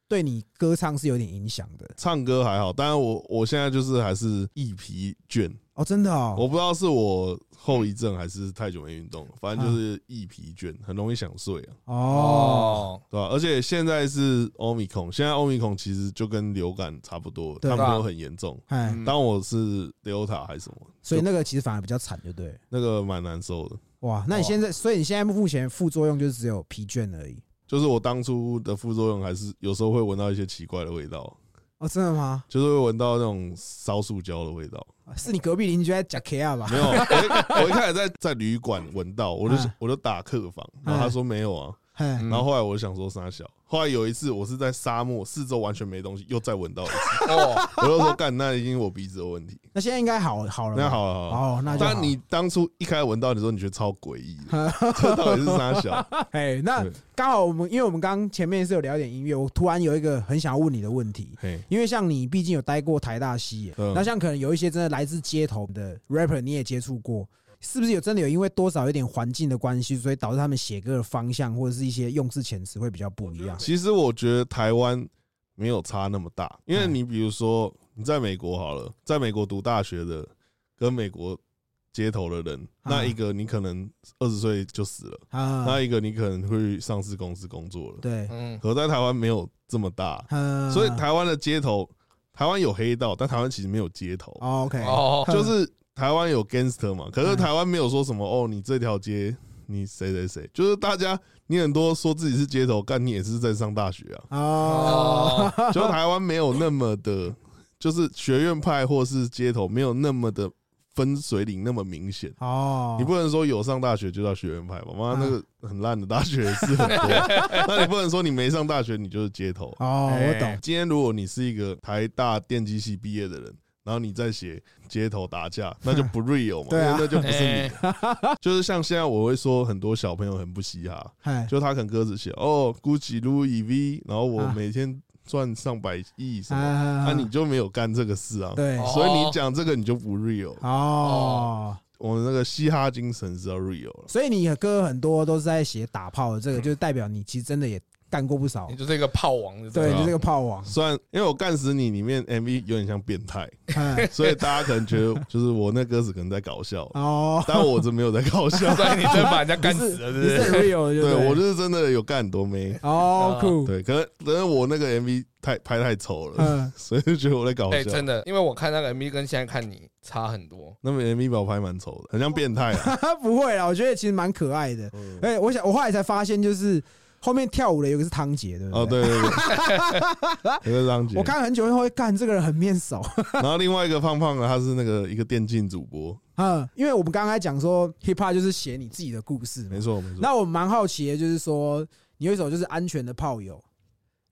对你歌唱是有点影响的唱歌还好，当然我我现在就是还是易疲倦，哦，真的哦，我不知道是我后遗症还是太久没运动了，反正就是易疲倦，很容易想睡啊，哦，哦，对吧、而且现在是欧米孔，现在欧米孔其实就跟流感差不多，对啊它没有很严重。哎、嗯当我是 Delta 还是什么，所以那个其实反而比较惨，就对了。那个蛮难受的。哇，那你现在，所以你现在目前副作用就是只有疲倦而已。就是我当初的副作用还是有时候会闻到一些奇怪的味道，哦，真的吗？就是会闻到那种烧塑胶的味道。是你隔壁邻居在讲 K 啊吧没？有，我一我一开始在在旅馆闻到，我就嗯我就打客房，然后他说没有啊，哎嗯然后后来我就想说傻小，后来有一次我是在沙漠四周完全没东西，又再闻到一次，哦，我 就说干，那一定是我鼻子有问题。那现在应该好好了吧。那好了好了，哦，那就好但你当初一开始闻到你说你觉得超诡异 的，这到底是傻小？ 哎，那对刚好我们，因为我们刚前面是有聊一点音乐，我突然有一个很想要问你的问题。嘿，因为像你毕竟有待过台大西耶，嗯那像可能有一些真的来自街头的 rapper，你也接触过，是不是有真的有因为多少有点环境的关系，所以导致他们写歌的方向或者是一些用字遣词会比较不一样？其实我觉得台湾没有差那么大，因哎为你比如说你在美国好了，在美国读大学的跟美国街头的人，啊那一个你可能二十岁就死了，啊那，一个你可能会去上市公司工作了。对，嗯，可在台湾没有这么大，啊 所以台湾的街头，台湾有黑道，但台湾其实没有街头，哦 OK，哦，就是台湾有 gangster 嘛，可是嗯台湾没有说什么哦，你这条街你谁谁谁，就是大家你很多说自己是街头，干你也是在上大学啊，哦， 就台湾没有那么的，就是学院派或是街头没有那么的分水岭那么明显。哦，嗯你不能说有上大学就叫学院派吧？妈，那个很烂的大学是很多。 那你不能说你没上大学你就是街头。哦，我懂，今天如果你是一个台大电机系毕业的人，然后你再写街头打架，那就不 real 嘛， 对啊因为那就不是你哎。就是像现在我会说很多小朋友很不嘻哈，哎，就他可能歌词写哦 Gucci Louis V，然后我啊每天赚上百亿什么，啊那你就没有干这个事啊。对，哦所以你讲这个你就不 real，哦，我们那个嘻哈精神是要 real 了。所以你的歌很多都是在写打炮的，这个就是代表你其实真的也干过不少你，就是一个炮王，就对，对啊你了，就是个炮王，虽然因为我干死你里面 MV 有点像变态，嗯所以大家可能觉 得就是我那歌词可能在搞笑，哦，但我真没有在搞笑 所以你真把人家干你死是了，是你不是是？很 real，的对对我就是真的有干很多妹，哦酷，对，可能可能我那个 MV 太拍太丑了，嗯，所以就觉得我在搞哎，笑真。的，因为我看那个 MV 跟现在看你差很 多。那么 MV 把我拍蛮丑的，很像变态啊。 不会啦，我觉得其实蛮可爱的。哎、我想我后来才发现，就是后面跳舞的有一个是汤姐，对不对？哦，对对对， 有个张杰我。看很久以后会干这个人很面熟， 然后另外一个胖胖的，他是那个一个电竞主播，嗯，因为我们刚才讲说 hip hop 就是写你自己的故事嘛没。错没错。那我蛮好奇的就是说，你有一首就是安全的炮友，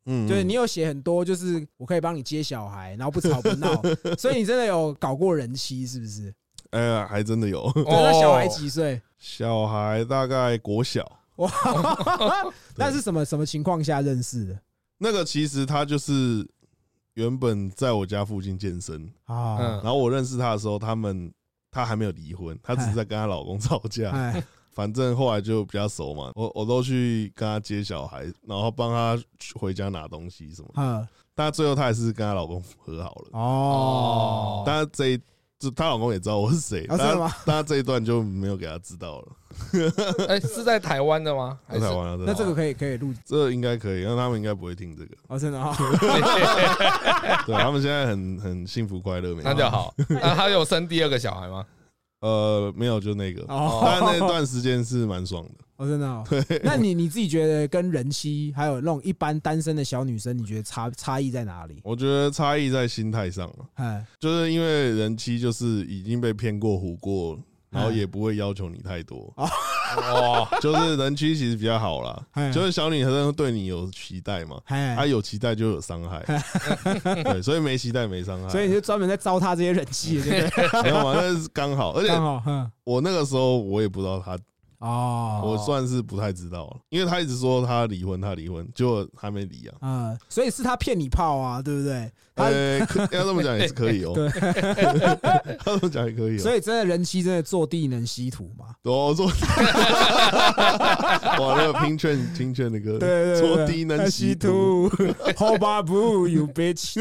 嗯，就是嗯你有写很多，就是我可以帮你接小孩，然后不吵不闹，所以你真的有搞过人妻是不是？哎呀，还真的有 对，那小孩几岁？小孩，大概国小。哇，那是什么什么情况下认识的那个其实他就是原本在我家附近健身，啊？然后我认识他的时候，他们他还没有离婚，他嗯只是在跟她老公吵架。哎，反正后来就比较熟嘛，我我都去跟他接小孩，然后帮他回家拿东西什么的。嗯，但最后她还是跟她老公和好了。哦，但她这一就她老公也知道我是谁，哦但真的吗 她但她这一段就没有给他知道了。哎，是在台湾的吗？还在是台湾啊，在那台这个湾可以可以录这应该可以，那他们应该不会听这个。哦，真的哦，对啊他们现在很很幸福快乐，没啊那就好。那他有生第二个小孩吗？呃，没有，就那个。但那哦，段时间是蛮爽的。哦，真的哦。那你你自己觉得跟人妻还有那种一般单身的小女生，你觉得差差异在哪里？我觉得差异在心态上嘛，哎，就是因为人妻就是已经被骗过、唬过，然后也不会要求你太多。哦哇， 就是人妻其实比较好啦哎，就是小女生对你有期待嘛，她哎，有期待就有伤 害，对，所以没期待没伤害，所以你就专门在糟蹋这些人妻，对不对？没有 嘛，那是刚好。 而且刚好，哼，我那个时候我也不知道她，哦，我算是不太知道，因为她一直说她离婚，她离婚，结果还没离啊。嗯，所以是他骗你炮啊，对不对？他呃，可要这么讲也是可以哦， 要这么讲也可以哦所。以真的人妻真的坐地能吸土嘛？我 做，哇，那个拼券拼券的歌， 对对对，做低能吸毒， ，Hold up, boo, you bitch！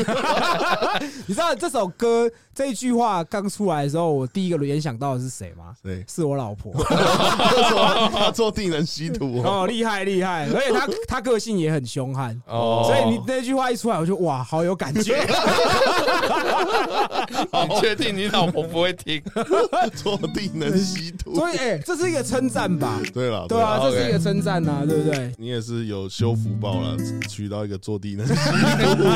你知道这首歌这一句话刚出来的时候，我第一个联想到的是谁吗？对， 是我老 婆，他做低能吸毒哦，哦，厉害厉害，而且她她个性也很凶悍，哦，所以你那句话一出来，我就哇，好有感 觉，你确定你老婆不会听？做低能吸毒。所以哎、这是一个称赞吧？对了，对啊，啦这是一个称赞呐，对不对？你也是有修福报了，娶到一个做低能吸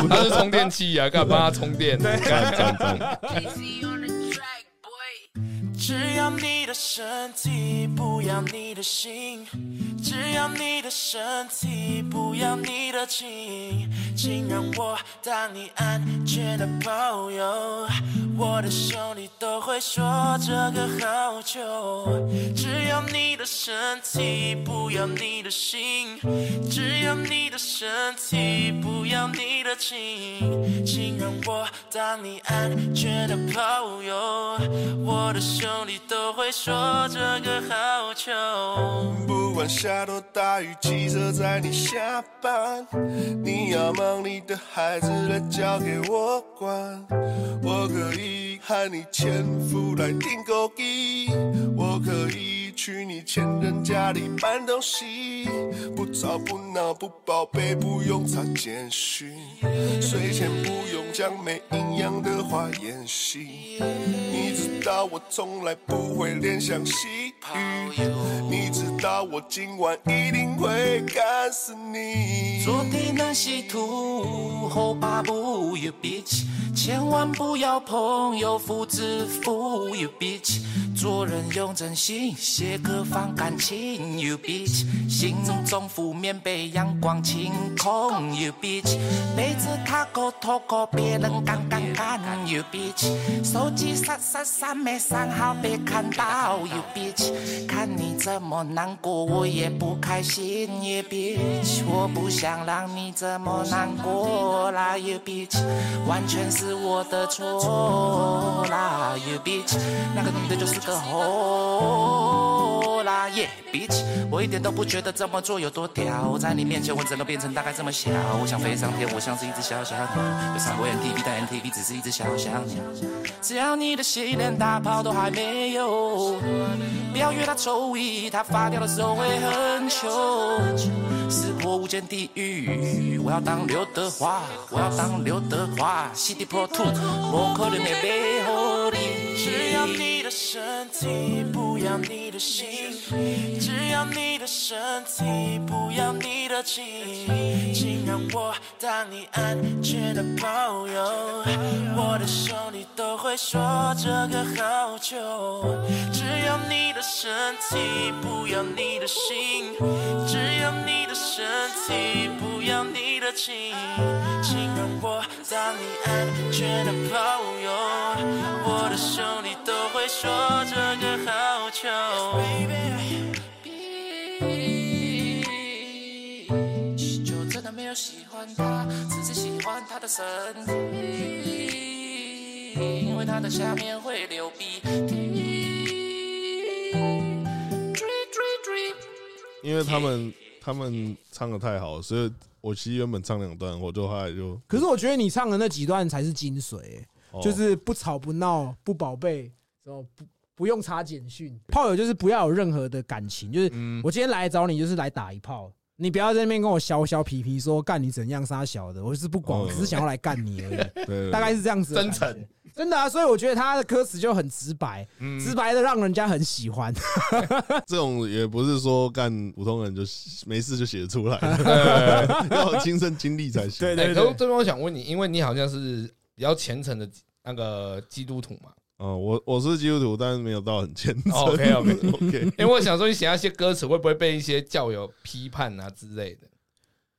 他是充电器啊，干嘛帮他充电？哎毒，赞赞赞！ Casey on the track, boy. 只要你的身体，不要你的心；只要你的身体，不要你的情。请让我当你安全的炮友，我的兄弟都会说这个好球。只要你的身体，不要你的心；只要你的身体，不要你的情。请让我当你安全的炮友，我的兄弟都会说这个好球。不管下多大雨，骑车载你下班。你要忙你的孩子来交给我管，我可以和你前夫来订购衣，我可以去你前任家里搬东西，不吵不闹不报备，不用查简讯，睡前不用讲没营养的话演戏。你知道我从来不会联想细雨，你知道我今晚一定会干死你。做的那些土后怕不 you bitch，千万不要碰有夫之妇 you bitch，做人用真心，写歌放感情 you bitch，心中负面被阳光清空 you bitch，杯子他口透过别人干干干 you bitch，手机删删删没删好被看到 you bitch，看你这么难过我也不开心 you bitch，我不想让你这么难过啦 you bitch，完全是我的错啦 you bitch，那个女的就是个猴啦 yeah bitch，我一点都不觉得这么做有多屌，在你面前我整个变成大概这么小，我想飞上天，我像是一只小小鸟，有上过 NTV 但 NTV 只是一只小小鸟，只要你的戏连大炮都还没有。不要约他抽一，他发掉的时候会很糗。死活无间地狱，我要当刘德华，我要当刘德华。CD Pro Two，我可能会被后你。只要你的身体，不要你的心；只要你的身体，不要你的情。请让我当你安全的朋友，我的兄弟都会说这个好久。只要你的身体，不要你的心；只要你的身体，不要你的情。请让我当你安全的朋友，我的兄弟都会说这个好久。就真的没有喜欢他，只是喜欢他的身体，因为他的下面会流鼻涕。因为他们他们唱的太好，所以我其实原本唱两段，我就后来就可是我觉得你唱的那几段才是精髓、欸哦就是不吵不闹不宝贝，然后不不用查简讯，炮友就是不要有任何的感情，就是嗯我今天来找你就是来打一炮，你不要在那边跟我削削皮皮说干你怎样杀小的，我就是不管，哦我只是想要来干你而已，对 对大概是这样子的感真觉，诚，真的啊，所以我觉得他的歌词就很直白，嗯直白的让人家很喜欢， 这种也不是说干普通人就没事就写得出来的， 要有亲身经历才行。对哎，可是这边我想问你，因为你好像是比较虔诚的那个基督徒嘛，嗯，我我是基督徒，但是没有到很虔诚。哦，OK，OK OK。因为我想说你写那些歌词会不会被一些教友批判啊之类的？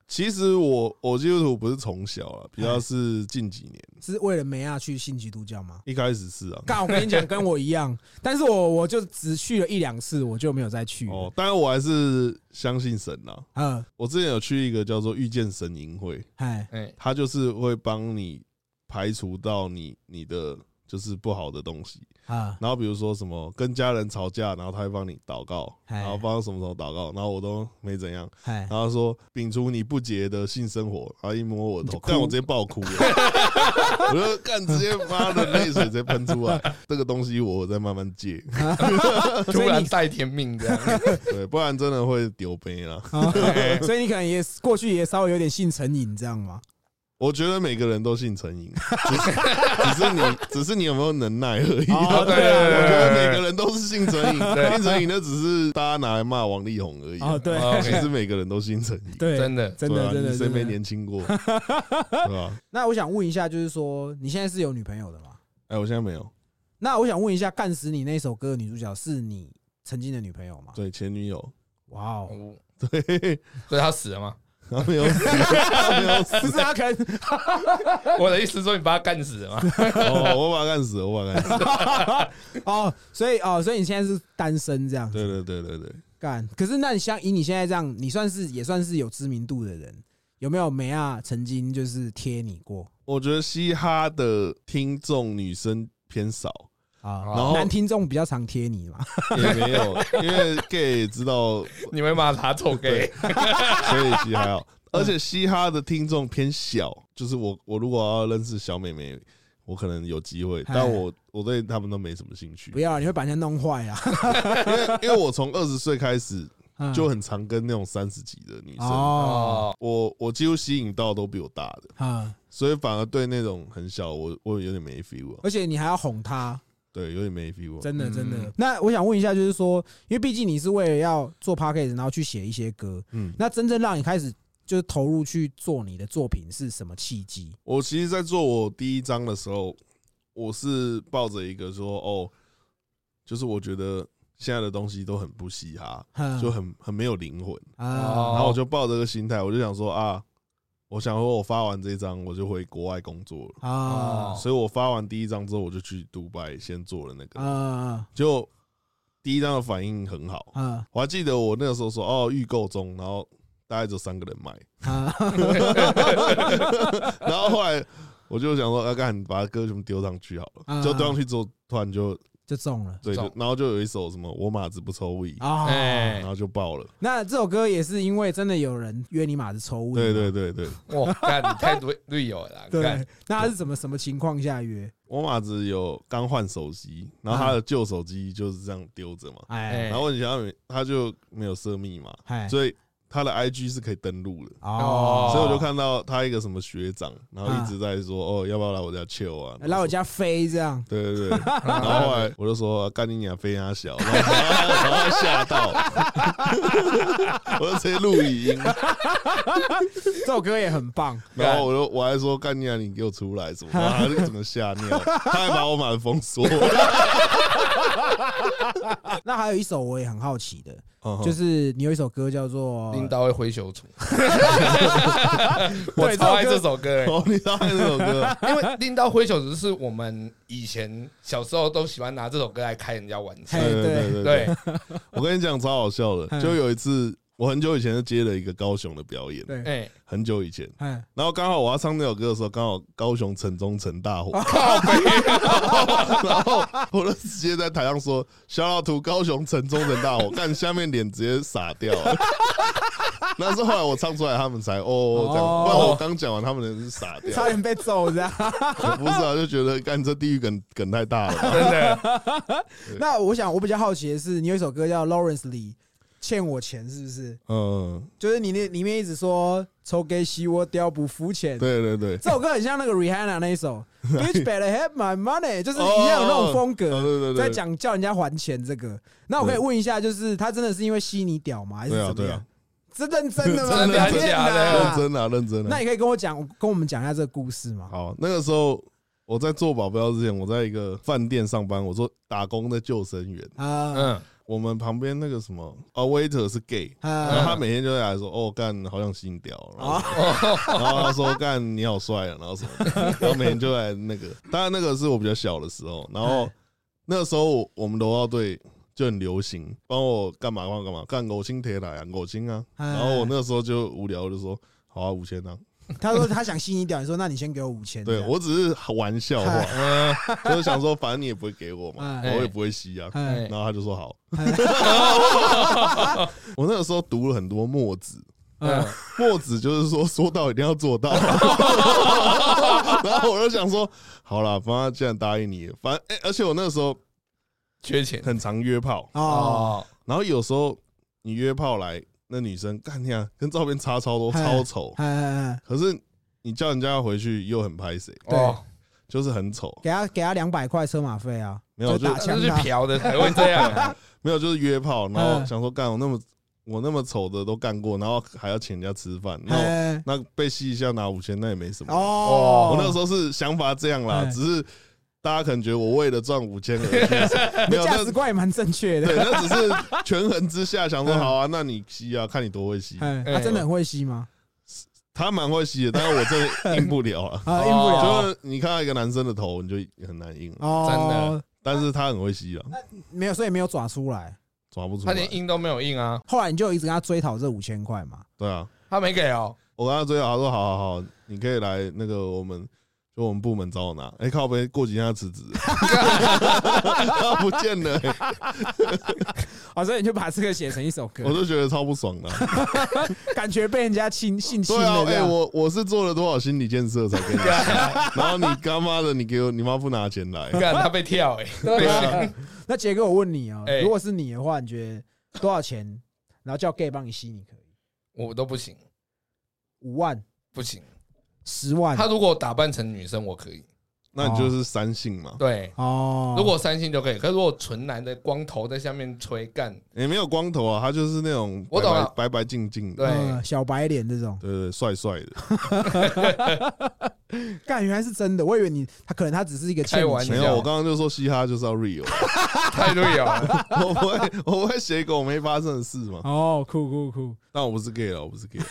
其实我我基督徒不是从小啊，比较是近几年，是为了梅亚去信基督教吗？一开始是啊。干，我跟你讲，跟我一样，但是我我就只去了一两次，我就没有再去了。哦，当然我还是相信神啊啦。嗯，我之前有去一个叫做遇见神营会，哎，哎，它就是会帮你排除到你你的就是不好的东西。啊，然后比如说什么跟家人吵架，然后他会帮你祷告，哎然后帮什么什么祷告，然后我都没怎样。哎，然后说摒除你不洁的性生活，然后一摸我的你头，就哭干我直接爆 哭了，我就干直接妈的泪水直接喷出来。这个东西我再慢慢 戒，突然带天命这样，对，不然真的会丢杯啦。啊所以你可能也过去也稍微有点性成瘾，这样 吗？我觉得每个人都性成瘾，只是 只是你只是你有没有能耐而已。哦啊对对啊 我觉得对啊每个人都是性成瘾，对性成瘾那只是大家拿来骂王力宏而已。啊哦，对，哦其实每个人都性成瘾， 对，真的真对的，啊真你的，谁真没的。年轻过？对吧？那我想问一下，就是说你现在是有女朋友的吗？哎，我现在没有，那我想问一下，《干死你》那首歌的女主角是你曾经的女朋友吗？对前女友， 哇哦，哦对，所以他死了吗？他没 有死，他没有死。不是 啊，可能 我的意思是说你把他干死了吗？哦，我把他干死了，我把他干死了。哦，所以哦，所以你现在是单身这样对对对对对，干？可是那你像以你现在这样，你算是也算是有知名度的人，有没有梅亚曾经就是贴你过？我觉得嘻哈的听众女生偏少，啊。然后男听众比较常贴你嘛， 也没有，因为 gay 也知道，你们把他臭给所以其实还好。而且嘻哈的听众偏小，就是我我如果要认识小妹妹，我可能有机会，嗨但我我对他们都没什么兴趣哎不，要你会把人家弄坏啊。因为因为我从二十岁开始嗯就很常跟那种三十几的女生，哦哦，我我几乎吸引到都比我大的，啊，所以反而对那种很小，我我有点没 feel 啊，而且你还要哄他，对，有点没 feel 啊。哎真的嗯真的。那我想问一下，就是说，因为毕竟你是为了要做 p a c k a g e 然后去写一些歌，嗯，那真正让你开始就是投入去做你的作品是什么契机？我其实，在做我第一章的时候，我是抱着一个说，哦，就是我觉得现在的东西都很不嘻哈，哼就很很没有灵魂。啊哦然后我就抱着这个心态，我就想说啊，我想说我发完这一张，我就回国外工作了。啊哦所以我发完第一张之后，我就去杜拜先做了那个，啊就第一张的反应很好。啊我还记得我那个时候说，哦，预购中，然后大概只有三个人买。啊！ 然后后来我就想说，啊，干，把歌全部丢上去好嗯了。就丢上去之后，突然就就中了对，就中然后就有一首什么“我马子不抽味啊！哎然，后就爆了。那这首歌也是因为真的有人约你马子抽物，对对对对，哇，干你太对队友了啦，干对，那他是怎么什么情况下约？我马子有刚换手机，然后他的旧手机就是这样丢着嘛。哎哎然后你想想，他就没有设密码，哎所以他的 IG 是可以登录的。哦，啊所以我就看到他一个什么学长，然后一直在说哦，要不要来我家 chill 啊？哎来我家飞这 样，对对对，然后后来我就说干你娘飞鸭小，然后然后吓到， 我就直接录语音，这首歌也很棒。然后我就我还说干你娘你给我出来什么，然后他就整个吓尿，他还把我马 封锁，那还有一首我也很好奇的，就是是你有一首歌叫做领导会挥袖处， 我对超爱这这首歌首歌、欸，哦，你知道那首歌，因为拎刀挥手只是我们以前小时候都喜欢拿这首歌来开人家玩笑嘿。对对对嗯对对，，我跟你讲超好笑的，就有一次我很久以前就接了一个高雄的表演，对，哎，很久以前。哎，然后刚好我要唱那首歌的时候，刚好高雄城中城大哦火， 然后我就直接在台上说“小老图高雄城中城大火”，但下面脸直接傻掉了。 那是后来我唱出来，他们才哦，这样，不然我刚讲完，他们人是傻掉差，点被揍这样。 不是啊，就觉得干这地狱梗梗太大了吧。真的，那我想我比较好奇的是，你有一首歌叫 Lawrence Lee，欠我钱是不是？嗯，就是你那里面一直说抽给洗我屌不肤浅。对对对，这首歌很像那个 Rihanna 那一 首 Bitch better have my money，就是一样有那种风哦格，对对对，在讲叫人家还钱这个。那我可以问一下，就是他真的是因为吸你屌吗？还是对啊怎么对样啊？，是认真的吗？ 真的天哪假的认真啊认真啊。那你可以跟我讲，跟我们讲一下这个故事吗？好，那个时候我在做保镖之前，我在一个饭店上班，我做打工的救生员。啊嗯，我们旁边那个什么啊，waiter 是 gay，然后啊他每天就会来说：“哦，干，好想吸你屌。”然后啊然后他说：“干，你好帅啊。”然后什么，然后每天就来那个。当然那个是我比较小的时候，然后那时候我我们楼道队。就很流行，帮我干嘛帮我干嘛，干狗青铁来啊，狗青啊。哎然后我那时候就无聊，我就说好啊，五千啊。他说他想吸你屌，你说那你先给我五千。对这样我只是玩笑话，呃就是想说，反正你也不会给我嘛，哎我也不会吸啊。哎然后他就说好哎。 我那个时候读了很多墨子，嗯墨子就是说说到一定要做到。 然后我就想说，好啦，反正他既然答应你，反正、哎，而且我那个时候缺钱很常约炮，哦，哦，然后有时候你约炮来，那女生干你啊，跟照片差超多，哎超丑。哎哎哎可是你叫人家要回去又很拍谁，哦，就是很丑。给他给他两百块车马费啊，没有就打这枪是他。嫖的才会这样啊，没有，就是约炮，然后嗯想说干我那么我那么丑的都干过，然后还要请人家吃饭，那哎那被吸一下拿五千那也没什么。哦我那时候是想法这样 啦，嗯只是大家可能觉得我为了赚五千而 去，没有，价值那观也蛮正确对，的。那只是权衡之 下想说嗯好啊，那你吸啊，看你多会吸。哎，他哎真的很会吸吗？。他蛮会吸的，但是我真的硬不了啊 啊，硬不了。哦 就是你看到一个男生的头，你就很难硬，哦，但是他很会吸啊，没有，所以没有抓出来。抓不出他来。连印都没有印啊，后来你就一直跟他追讨这五千块嘛。对啊，他没给哦，我跟他追好，他说好好好，你可以来那个我们就我们部门找我拿，哎、靠背过几天他辞职了，他不见了、欸哦，所以你就把这个写成一首歌我，就觉得超不爽的、感觉被人家侵性侵对啊了，这哎、样。我我是做了多少心理建设才跟你讲，然后你干妈的，你给我你妈不拿 钱来，干他被跳哎、对被啊那杰哥，我问你啊哎，如果是你的话，你觉得多少钱？然后叫 gay 帮你吸，你可以我都不行，五万、不行。十万他如果打扮成女生，我可以。那你就是三性嘛，对，哦。如果三星就可以，可是如果纯男的光头在下面吹干，也、没有光头啊，他就是那种白我懂白了白白净净的，对呃小白脸这种，对对对，帅帅的，干原来是真的，我以为你他可能他只是一个欠开玩你笑没有，我刚刚就说嘻哈就是要 real，太对了。我不会 我不会写狗没发生的事嘛，哦，酷酷酷。但我不是 gay 了，我不是 gay，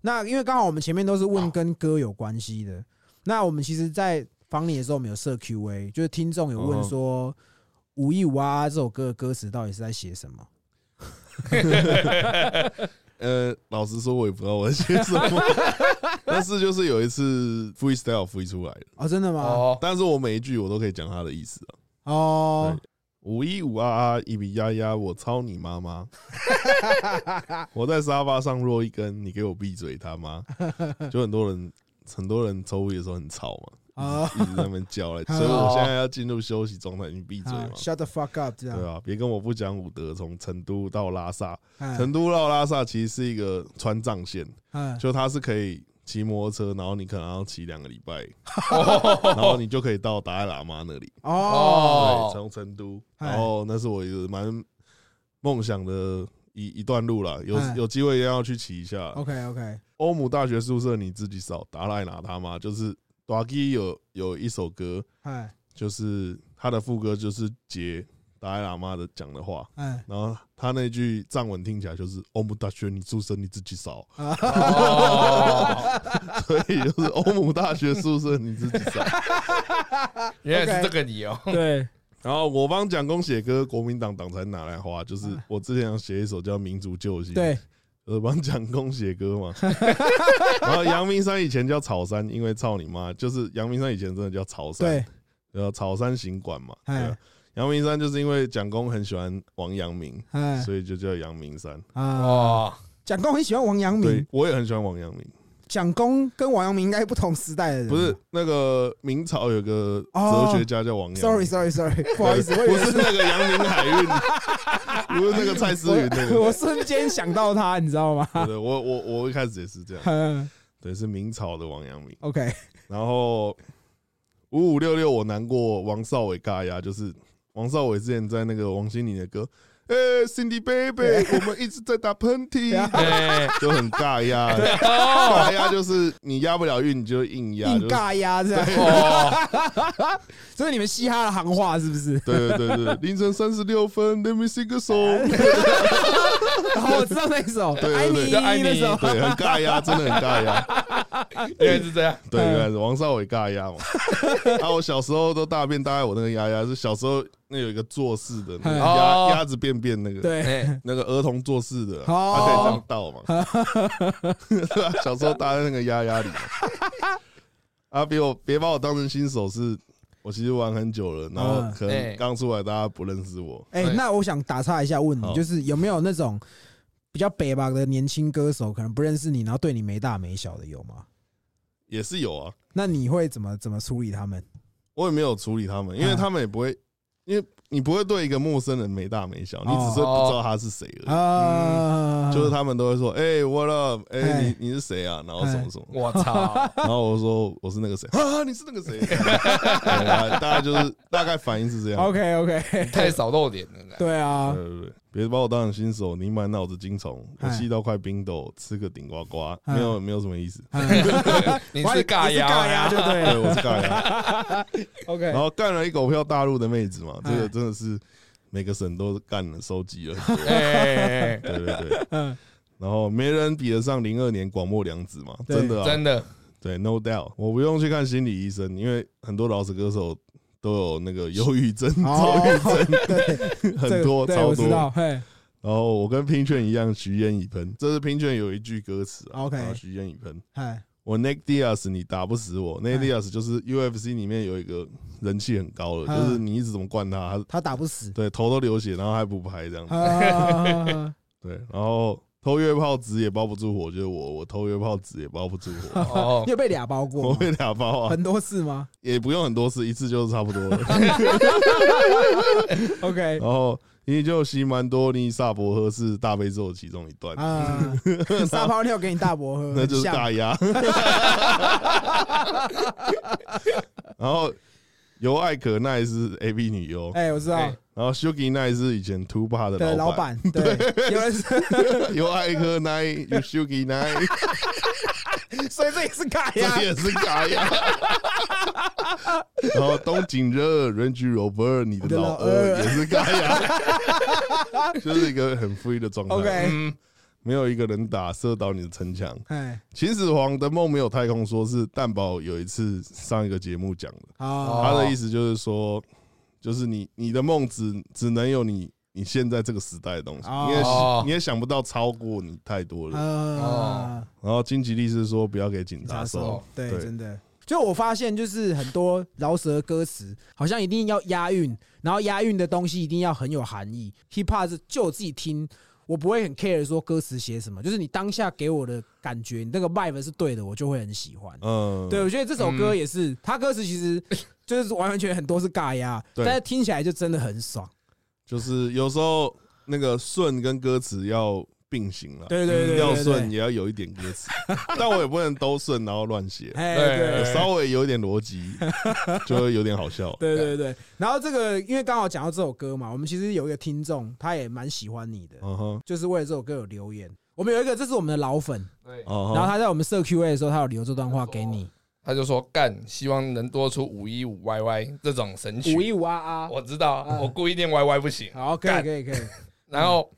那因为刚好我们前面都是问跟歌有关系的，那我们其实，在访你的时候，我们有设 Q&A，就是听众有问说《五一五啊》这首歌的歌词到底是在写什么？呃，老实说，我也不知道我在写什么， 但是就是有一次 freestyle free 出来的，哦，真的吗？哦，但是我每一句我都可以讲他的意思啊，哦，五一五啊啊，一比丫丫，我操你妈妈！我在沙发上落一根，你给我闭嘴他妈！就很多人，很多人抽烟的时候很吵嘛，哦一直一直在那边叫来，所以我现在要进入休息状态，你闭嘴啊嘛， ，Shut the fuck up，这对啊样，吧、别跟我不讲武德，从成都到拉萨，嗯成都到拉萨其实是一个川藏线，嗯，就它是可以骑摩托车，然后你可能要骑两个礼拜， 哦然后你就可以到达赖喇嘛那里。哦，哎对，从成都，然后那是我一个蛮梦想的一一段路啦，有哎哦有机会一定要去骑一下。 ，OK OK，欧姆大学宿舍你自己扫，达赖拿他妈就是达基有有一首歌，哎就是他的副歌就是截达赖喇嘛的讲的话，哎，然后他那句藏文听起来就是欧姆大学你宿舍你自己扫，哦， 所以就是欧姆大学宿舍你自己扫。原来是这个理由。对，然后我帮蒋公写歌，国民党党才拿来花，就是我之前想写一首叫《民族救星》，嗯对，呃，帮蒋公写 歌嘛。然后阳明山以前叫草山，因为操你妈，就是阳明山以前真的叫草山对，，然后草山行馆嘛。对哎啊，阳明山就是因为蒋公很喜欢王阳明，哎所以就叫阳明山。啊，哦，蒋公很喜欢王阳对明，，我也很喜欢王阳明。蒋公跟王阳明应该不同时代的人，不是那个明朝有个哦哲学家叫王阳明？Sorry Sorry Sorry，不好意思，我以不为是那个阳明海运， 不是那个蔡思云那我 我个。瞬间想到他，你知道吗？ 对对，我我我一开始也是这样，嗯对，是明朝的王阳明。 OK，然后五五六六，我难过王少伟嘎呀，就是王少伟之前在那个王心凌的歌，哎、c i n d y baby，我们一直在打喷 嚏，哎，就很尬呀， 哦，尬呀就是你压不了韵，你就硬压，硬啊就是尬压这样，哦，这是你们嘻哈的行话是不是？对对对对，凌晨三十六分，Let me sing a song，然 后我知道那一首《对爱对你对》那首，对，很尬 呀，真的很尬呀。原来是这样。对，原来是王少伟尬压嘛。嗯 啊，我小时候都大便大概我那个丫丫是小时候那有一个做事的那个哦鸭鸭子便便那个，对，哎，那个儿童做事的，哦他可以这样倒嘛？对啊， 小时候搭在那个丫丫里。啊，别我别把我当成新手，是我其实玩很久了，然后嗯可能哎刚出来大家不认识我。哎，对那我想打岔一下，问你，好就是有没有那种比较北吧的年轻歌手，可能不认识你，然后对你没大没小的有吗？也是有啊，那你会怎么怎么处理他们？我也没有处理他们，因为嗯他们也不会，因为你不会对一个陌生人没大没小，你只是不知道他是谁而哦啊，已。嗯就是他们都会说，哎，what up？哎，哎你你是谁啊？然后什么什么，我操，然后我说我是那个谁啊，你是那个 谁？对啊大家就是大概反应是这样。 OK OK，太少露脸了。 对啊，对对对，别把我当成新手，你满脑子精虫，我哎气到块冰斗，吃个顶呱呱，哎没有没有什么意思。你是尬你是压，尬压就对对，了。我是干 了， OK，然后干了一狗票大陆的妹子嘛，这哎个真的是每个省都干了，收集了很多。哎，对对对， 嗯然后没人比得上零二年广末凉子嘛，对真的啊，真的对，no doubt，我不用去看心理医生，因为很多老式歌手都有那个忧郁症、躁哦郁症，对，很多这个对超我知多。道，嘿，然后我跟拼券一样，徐烟已喷。这是拼券有一句歌词啊哦 OK 然后徐烟已喷。嘿，我 Nick Diaz 你打不死我，Nick 哎 Diaz 就是 UFC 里面有一个人气很高的，就是嗯你一直怎么灌他，他他打不死。对头都流血，然后还不拍这样子。啊，对，然后偷约炮纸也包不住火，就是我，我偷约炮纸也包不住 火，啊哦 你，有被俩包过我吗？被俩包啊，很多次吗也不用很多次，一次就是差不多了。 ？OK 然后你就西蛮多尼萨伯赫是大悲咒其中一 段，啊，沙包料给你大伯喝，那就是很像 大鸭。然后由爱可奈是 A B 女优，哎，我知道哎，然后 Sugi 奈是以前 Two Pa 的对，老板，板， 对，有人是，由爱可奈有 Sugi 奈， 所以这也是尬 这呀。也是 嘎呀。然后东井热、Range Rover，你的老我的二老二也是嘎呀， 就是一个很 free 的状态。 OK，没有一个人打射到你的城墙。哎，秦始皇的梦没有太空说，是蛋宝有一次上一个节目讲的，好，他的意思就是说，就是你你的梦只只能有你你现在这个时代的东西，哦你也哦你也想不到超过你太多呃了。啊，然后金吉利是说不要给警察查收收，，对，对真的。就我发现，就是很多饶舌歌词好像一定要押韵，然后押韵的东西一定要很有含义。hiphop 是就我自己听，我不会很 care 说歌词写什么，就是你当下给我的感觉，你那个 vibe 是对的，我就会很喜欢。嗯，对，我觉得这首歌也是，它歌词其实就是完完全全很多是尬押，对但是听起来就真的很爽。就是有时候那个顺跟歌词要并行了，对对对要对对顺也要有一点歌词， 但我也不能都顺然后乱 写，哎，对对，稍微有一点逻辑就会有点好笑。对对对，然后这个因为刚好讲到这首歌嘛，我们其实有一个听众，他也蛮喜欢你的，嗯哼，就是为了这首歌有留言。我们有一个，这是我们的老粉，对，哦，然后他在我们社 Q A 的时候，他有留这段话给你。他就说干，希望能多出五一五 YY 这种神哦曲。五一五啊啊，我知道，啊我故意练 YY 不行。好，可以干可以可以，然后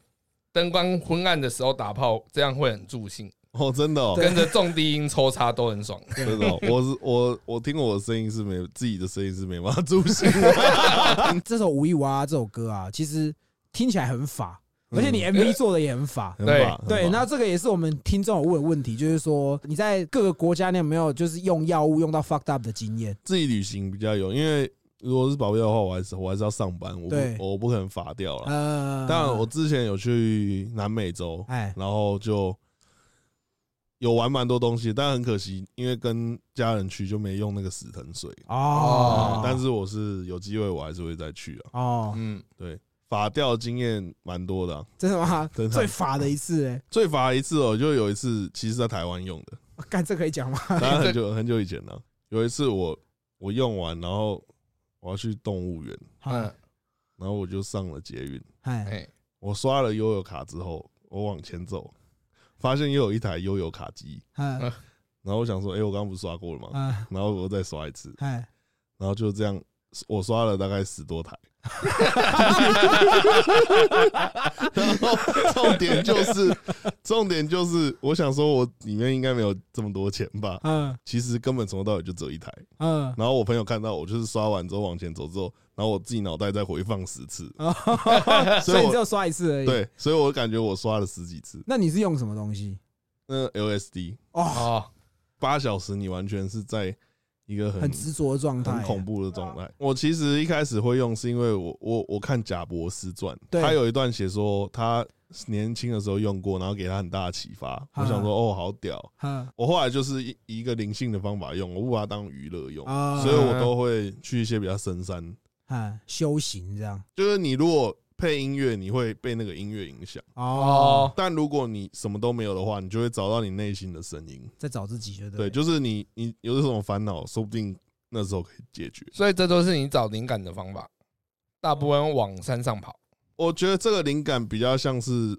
灯光昏暗的时候打炮，这样会很助兴，哦，真的哦，对跟着重低音抽插都很 爽。真的哦，我是我我听我的声音是没自己的声音是没办法 助兴 的，这首五一五啊这首歌啊，其实听起来很法，而且你 M V 做的也很法。嗯很对棒很对，棒那这个也是我们听众有问的问题，就是说你在各个国家，你有没有就是用药物用到 fucked up 的经验？自己旅行比较有，因为如果是保镖的话，我还是我还是要上班，我对不我不可能罚掉了。呃，哦当然，我之前有去南美洲，哎然后就有玩蛮多东西，但很可惜，因为跟家人去就没用那个死藤水。哦嗯，但是我是有机会，我还是会再去啊。哦，嗯，对，法钓经验蛮多的啊、真的吗？真的最法的一次哎，最罚一次哦、就有一次，其实在台湾用 的，哦干这可以 讲吗？当然很久很久以前了、有一次我我用完，然后我要去动物园，嗯，然后我就上了捷运，哎，哎，我刷了悠游卡之后，我往前走，发现又有一台悠游卡机，嗯然后我想说，哎、我刚刚不是刷过了吗？嗯，然后我再刷一次，哎，然后就这样，我刷了大概十多台。 然后重点就是，重点就是，我想说，我里面应该没有这么多钱吧？嗯其实根本从头到尾就只有一台。嗯，然后我朋友看到我就是刷完之后往前走之后，然后我自己脑袋再回放十次，哦所以我你只有刷一次而已。，对，所以我感觉我刷了十几次。那你是用什么东西？那 LSD 哦，哦，八小时，你完全是在一个很很执着的状态，很恐。怖的状态。我其实一开始会用，是因为我我我看贾博士传，对他有一段写说他年轻的时候用过，然后给他很大的启发。我啊想说，哦，好屌！嗯我后来就是一一个灵性的方法用，我不把它当娱乐用，啊，所以我都会去一些比较深山。嗯修行这样。就是你如果配音乐，你会被那个音乐影响；哦哦，但如果你什么都没有的话，你就会找到你内心的声音。在找自己，对不对，就是你你有这种烦恼，说不定那时候可以解决。所以这都是你找灵感的方法，大部分往山上 跑。我觉得这个灵感比较像是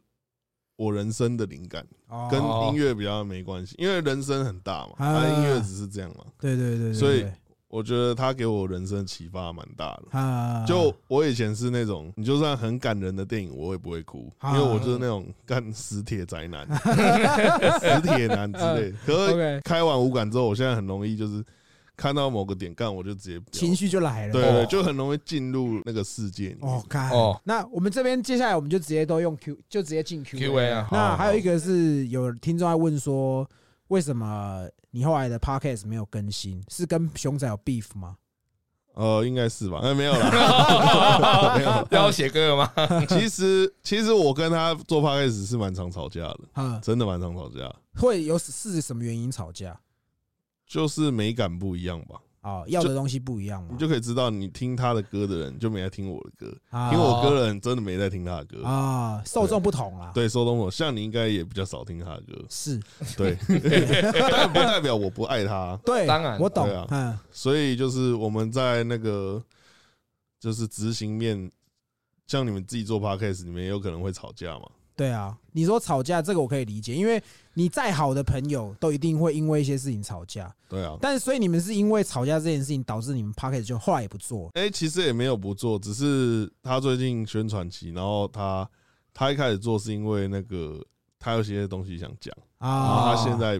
我人生的灵感，哦跟音乐比较没关系，因为人生很大嘛，啊啊，音乐只是这样嘛。对对对对，对所以对我觉得他给我人生启发蛮大的。啊，就我以前是那种，你就算很感人的电影，我也不会哭，因啊为我就是那种干死铁宅男、 死铁男之 类的。可嗯是 OK，开完无感之后，我现在很容易就是看到某个点干，我就直接飙情，绪就来了。对对，哦就很容易进入那个世界里面。哦，看哦那我们这边接下来我们就直接都用 Q，就直接进 Q Q&A 啊那好还有一个是有听众在问说，为什么你后来的 podcast 没有更新？是跟熊仔有 beef 吗？呃，应该是吧？哎，没有啦。 没有要写歌吗？其实其实我跟他做 podcast 是蛮常吵架的，啊，真的蛮常吵架，会有是什么原因吵架？就是美感不一样吧。哦，要的东西不一样嘛你。就可以知道，你听他的歌的人就没在听我的歌，啊听我歌的人真的没在听他的歌。啊，受众不同啦。，对，收东我，像你应该也比较少听他的 歌，是，对， 但不代表我不爱他。对，当然我懂对啊。嗯，所以就是我们在那个就是执行面，像你们自己做 podcast，你们也有可能会吵架嘛。对啊。你说吵架这个我可以理解，因为你再好的朋友都一定会因为一些事情吵架。对啊，但是所以你们是因为吵架这件事情导致你们 podcast 就后来也不做了哎、其实也没有不做，只是他最近宣传期，然后他他一开始做是因为那个他有些东西想讲，然后啊。他现在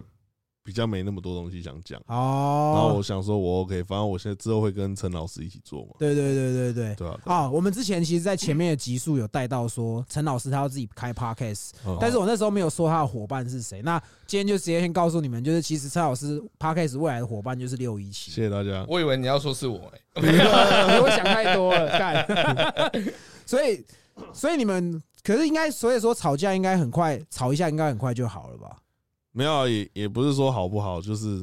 比较没那么多东西想讲。然后哦我，想说，我 OK，反正我现在之后会跟陈老师一起做嘛，对对对对对。对啊，对啊啊，我们之前其实，在前面的集数有带到说，陈老师他要自己开 podcast，嗯但是我那时候没有说他的伙伴是谁。那今天就直接先告诉你们，就是其实陈老师 podcast 未来的伙伴就是六一七。谢谢大家。我以为你要说是我、欸，我想太多了，干。 所以，所以你们可是应该，所以说吵架应该很快，吵一下应该很快就好了吧？没有啊，也也不是说好不好，就是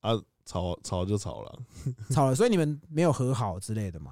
啊，吵吵就吵了，吵了，所以你们没有和好之类的嘛？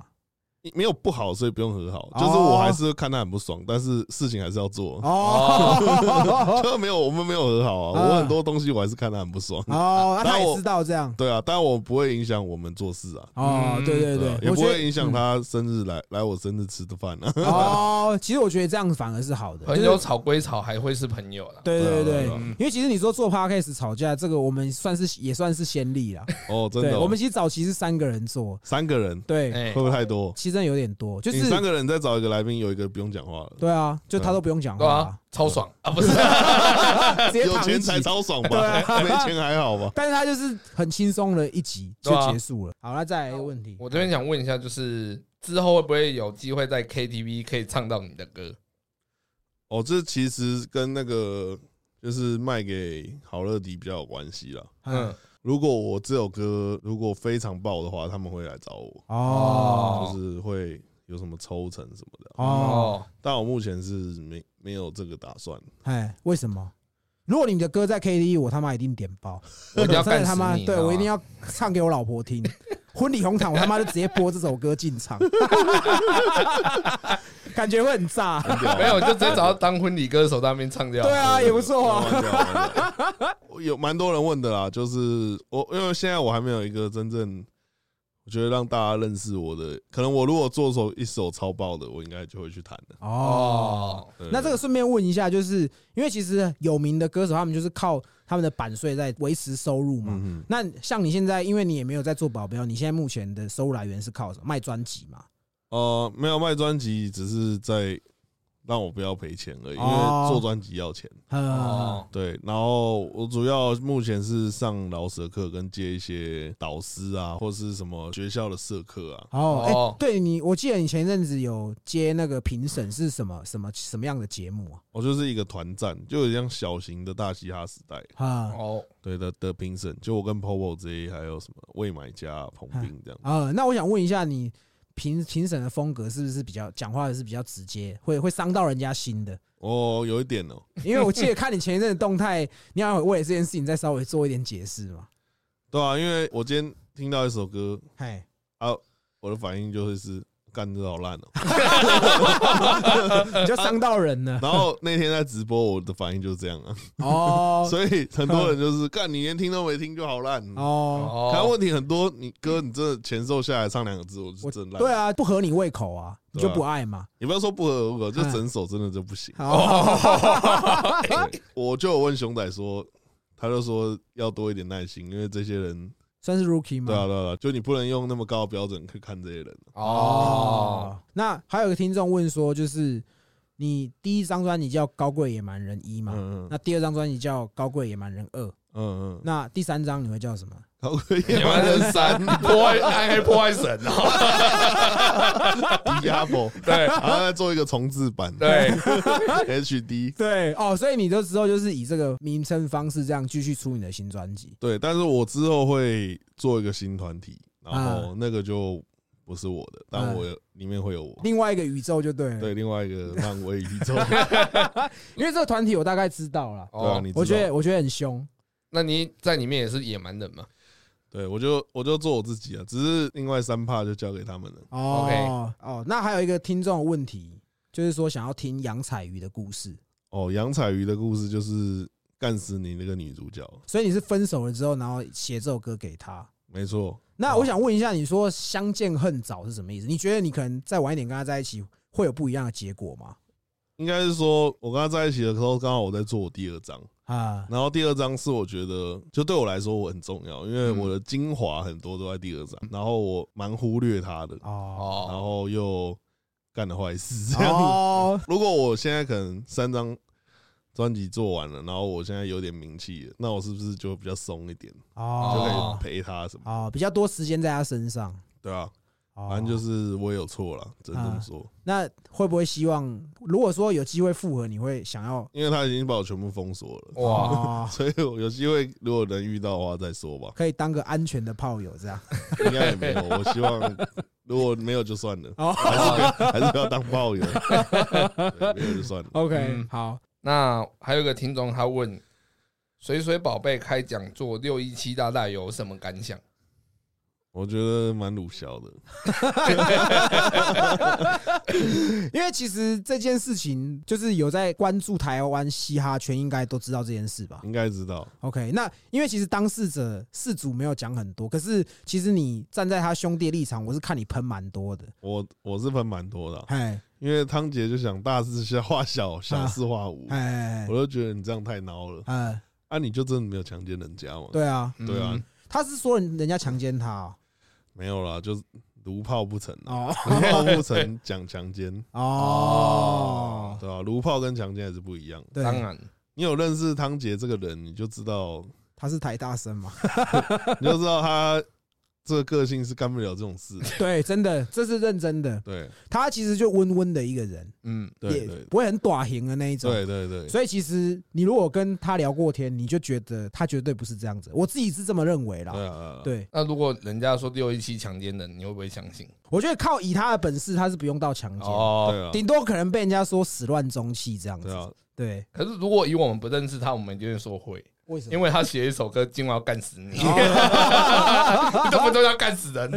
没有不好，所以不用和好。哦就是我还是会看他很不爽，但是事情还是要做。哦 就没有，我们没有和好啊。啊我很多东西我还是看他很不爽。 哦，那他然后也我知道这样对啊，但我不会影响我们做事啊，哦，嗯对对啊对，也我不觉得嗯会影响他生日来来我生日吃的饭啊。哦，其实我觉得这样反而是好的，朋就友是吵归吵，还会是朋友啦。对对对啊对，对啊因为其实你说做 podcast 吵架这个，我们算是也算是先例啦。 哦，真对，的哦，我们其实早期是三个人做，三个人对，哎、会不会太多？其实真的有点多，就你是三个人再找一个来宾，有一个不用讲话了，对啊，就他都不用讲对话啊啊，，超爽啊，不是 直接有躺一钱才集。超爽对啊吧？ 没钱还好吧？但是他就是很轻松的一集就对啊哦结束了。好，那再来一个问题，我这边想问一下，就是之后会不会有机会在 KTV 可以唱到你的歌？哦，这其实跟那个就是卖给好乐迪比较有关系啦。嗯嗯，，如果我这首歌如果非常爆的话，他们会来找我，哦哦就是会有什么抽成什么的。哦，哦，但我目前是没没有这个打算。哎，为什么？如果你的歌在 KTV，我他妈一定点爆，我一定要 真干的他妈死，你！你知对道吗我一定。要唱给我老婆听。 婚礼红毯，我他妈就直接播这首歌 进场，感觉会很炸。 啊没有，就直接找他当婚礼歌手在那边唱掉。对啊，也不错啊。完掉完掉哦有蛮多人问的啦，就是我因为现在我还没有一个真正，我觉得让大家认识我的，可能我如果做首一首超爆的，我应该就会去弹的。哦，哦，对那这个顺便问一下，就是因为其实有名的歌手，他们就是靠他们的版税在维持收入嘛。嗯那像你现在，因为你也没有在做保镖，你现在目前的收入来源是靠什么？卖专辑嘛？呃，没有卖专辑，只是在让我不要赔钱而已，因哦为做专辑要钱。呃，哦，对，然后我主要目前是上老师的课，跟接一些导师啊，或是什么学校的社课啊。哦，哎、哦对你，我记得你前一阵子有接那个评审是什么什么什么样的节目啊我就是一个团战，就有点像小型的大嘻哈时代。啊？啊哦，对的的评审，就我跟 Popo 这些，还有什么未买家、彭斌这样。啊，那我想问一下，你评评审的风格是不是比较讲话是比较直接，会会伤到人家心的？哦，有一点哦，因为我记得看你前一阵的动态，你好像有为了这件事情再稍微做一点解释嘛。对啊，因为我今天听到一首歌，啊嗨，我的反应就会是干这好烂哦。 你就伤到人了然后那天在直播，我的反应就是这样啊， 哦所以很多人就是干你连听都没听就好烂。哦，可能哦，问题很多，你歌你真的前奏下来唱两个字，我就我真烂。对，啊，不合你胃口啊，你就对啊不爱嘛。你不要说不合我口，嗯就整首真的就不行。哦，对我就有问熊仔说，他就说要多一点耐心，因为这些人算是 rookie 对啊，吗？对啊，对啊就你不能用那么高的标准去看这些人。 啊哦，，那还有个听众问说，就是你第一张专辑叫《高贵野蛮人一》嘛，嗯嗯那第二张专辑叫《高贵野蛮人二》，嗯嗯，嗯那第三张你会叫什么？逃课夜野蛮 人三破坏暗黑破坏神啊，啊 Diablo， 对然后再做一个重置版， 对， ，HD，对哦，所以你就之后就是以这个名称方式这样继续出你的新专辑。对，但是我之后会做一个新团体，然啊后那个就不是我的，但我里面会有我。另外一个宇宙就对了，对，另外一个漫威宇 宙，因为这个团体我大概知道了，对啊哦，，你知道我觉得我觉得很凶，那你在里面也是野蛮人嘛？对我就我就做我自己啊，只是另外三趴就交给他们了。哦哦，那还有一个听众的问题，就是说想要听杨彩鱼的故事，哦，杨彩鱼的故事就是干死你那个女主角，所以你是分手了之后，然后写这首歌给他。没错，那我想问一下，你说相见恨早是什么意思？你觉得你可能再晚一点跟他在一起，会有不一样的结果吗？应该是说我跟他在一起的时候，刚好我在做我第二章，啊，然后第二章是我觉得就对我来说我很重要，因为嗯我的精华很多都在第二章，然后我蛮忽略他的，哦，然哦，后又干了坏事这样子。哦， 如果我现在可能三张专辑做完了，然后我现在有点名气了，那我是不是就比较松一点，就可以哦，陪他什么？哦，比较多时间在他身上。对啊，哦嗯反正就是我有错了，只能这么说，那会不会希望，如果说有机会复合，你会想要因为他已经把我全部封锁了，哇，哦 所以我有机会如果能遇到的话再说吧，可以当个安全的炮友这样？应该也没有。我希 望如果没有就算了，哦还是还是不要当炮 友，对没有就算了。 ，OK，嗯好，那还有一个听众他问，水水宝贝开讲座六一七大大有什么感想？我觉得蛮鲁小的，因为其实这件事情就是有在关注台湾嘻哈圈，应该都知道这件事吧应该知道。 ？OK，那因为其实当事者事主没有讲很多，可是其实你站在他兄弟的立场，我是看你喷蛮多的，我我是分蛮多 的啊、哎因为汤姐就想大事化小，小事化 无，哎我就觉得你这样太孬了。哎，啊，你就真的没有强奸人家吗？对啊，对啊嗯，他是说人人家强奸他哦没有啦，就是卢炮不成啊，哦卢炮不成讲强 奸，哦，对啊，卢炮跟强奸还是不一样。对，当然，你有认识汤姐这个人，你就知道，他是台大生嘛， 你就知道她这个个性是干不了这种事的。对，真的，这是认真的，对他其实就温温的一个人，嗯，对 也对不会很短型的那一种，对对对，啊所以其实你如果跟他聊过天，你就觉得他绝对不是这样子。我自己是这么认为对啦。啊，对啊对，那如果人家说六一七强奸人，你会不会相信？我觉得靠以他的本事，他是不用到强奸，哦，对啊，顶多可能被人家说始乱终弃这样对子啊。，对，可是如果以我们不认识他，我们就会说会，为什么？因为他写一首歌《今晚要干死你》哦， 这不都要干死人？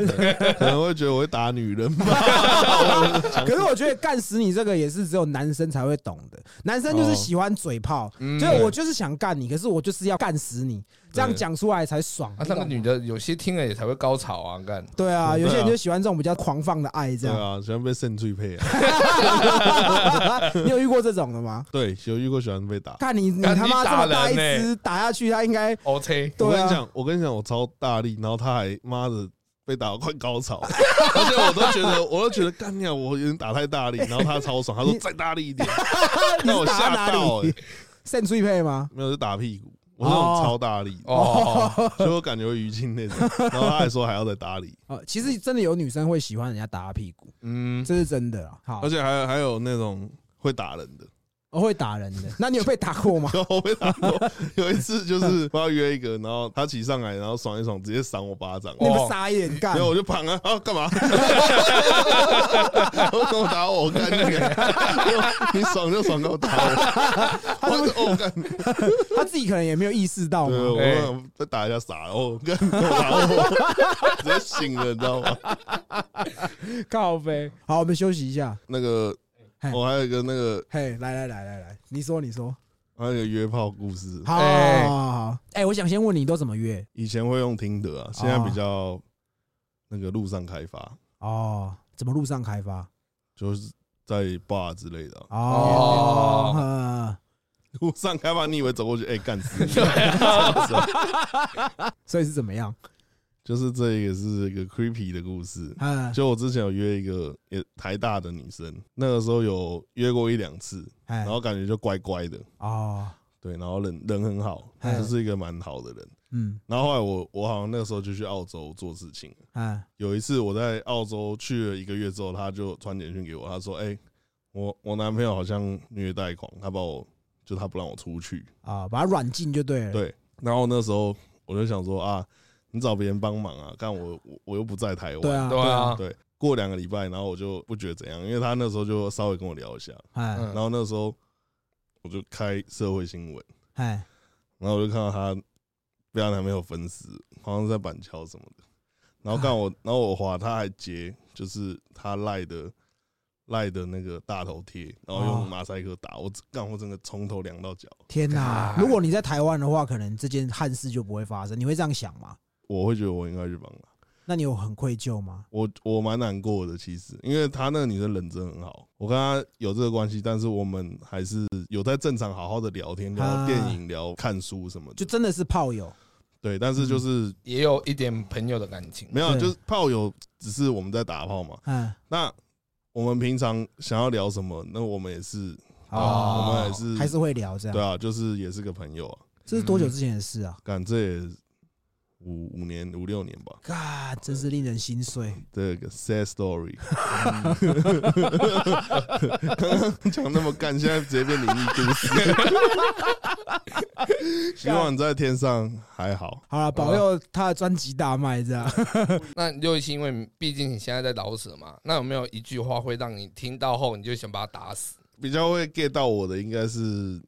可能会觉得我会打女人吧。 可是我觉得干死你这个也是只有男生才会懂的，男生就是喜欢嘴炮，就是我就是想干你，可是我就是要干死你，这样讲出来才爽。啊，那个女的有些听了也才会高潮啊，干。对啊，有些人对啊就喜欢这种比较狂放的爱这对样。啊，喜欢被肾最配啊。 你有遇过这种的吗？对，有遇过喜欢被打。看你你干他你妈这打么大一人欸只打下去，他应该 OK，对啊我跟你讲，我跟你讲，我超大力，然后他还妈的被打到快高潮， 而且我都觉得，我都觉得干掉，我有点打太大力，然后他超爽，他说再大力一点，啊你让是我打吓到到、哪里欸，？扇出一配吗？没有是打屁股，我那种超大力，哦，所以我感觉会淤青那种，然后他还说还要再打理，哦，其实真的有女生会喜欢人家打她屁股，嗯，这是真的啦。好而，且还有还有那种。会打人的， 我会打人的。 那你有被打过吗？然后我被打过。 有一次就是我要约一个，然后他骑上来，然后爽一爽，直接赏我巴掌。你哦们傻眼干没？有，我就躺啊， 啊 干嘛？我怎么打我？我干你啊！你 爽就爽，给我打我！ 他哦是不我是哦干，他自己可能也没有意识到对，哦嘛。哎我再打一下傻了，哦干，给我打我！ 直接醒了，你知道吗？靠呗。好，我们休息一下。那个嘿，我还有一个那个，嘿，来来来来来，你说你说。还有一个约炮故事。好，哎好好好。哎，我想先问你都怎么约？以前会用听的啊，现在比较那个路上开发，哦，怎么路上开发？就是在 bar 之类的啊、 哦哦，嗯路上开发，你以为走过去，哎、干死你！所以是怎么样？ 就是这也是一个 creepy 的故事。嗯，就我之前有约一个也台大的女生，那个时候有约过一两次，哎然，后感觉就乖乖的，哦，对，然后人人很好，嗯就是一个蛮好的人。嗯然后后来我我好像那时候就去澳洲做事情了。啊有一次我在澳洲去了一个月之后，他就传简讯给我，他说：“哎、我我男朋友好像虐待狂，他把我就他不让我出去。啊，把它软禁就对了。对”然后那时候我就想说啊，你找别人帮忙啊，但我我我又不在台湾。对啊，对啊，对过两个礼拜，然后我就不觉得怎样，因为他那时候就稍微跟我聊一下，哎嗯然后那时候我就开社会新闻，哎，然后我就看到她被她男朋友分尸，好像是在板桥什么的。然后看 我，然后我滑，她还截就是她赖的赖的那个大头贴，然后哦用马赛克打我，干我整个从头凉到脚。天哪！干如果你在台湾的话，可能这件憾事就不会发生。你会这样想吗？我会觉得我应该去帮她，那你有很愧疚吗？我我蛮难过的，其实，因为她那个女生人真的很好，我跟她有这个关系，但是我们还是有在正常好好的聊天、啊聊电影、聊看书什么就的。真的是炮友对，但是就是也有一点朋友的感情。没有，对就是炮友只是我们在打炮嘛，嗯那我们平常想要聊什么，那我们也是，哦我们也是，还是会聊这样。对啊，嗯就是也是个朋友啊。这是多久之前的事啊？干这也五五年五六年吧， God，真是令人心碎。这个 sad story。刚刚讲那么干，现在直接变灵异故事。希望你在天上还好。好了，保佑他的专辑大卖 这样。那六一七，因为毕竟你现在在老舍嘛，那有没有一句话会让你听到后你就想把他打死？比较会 get 到我的应该是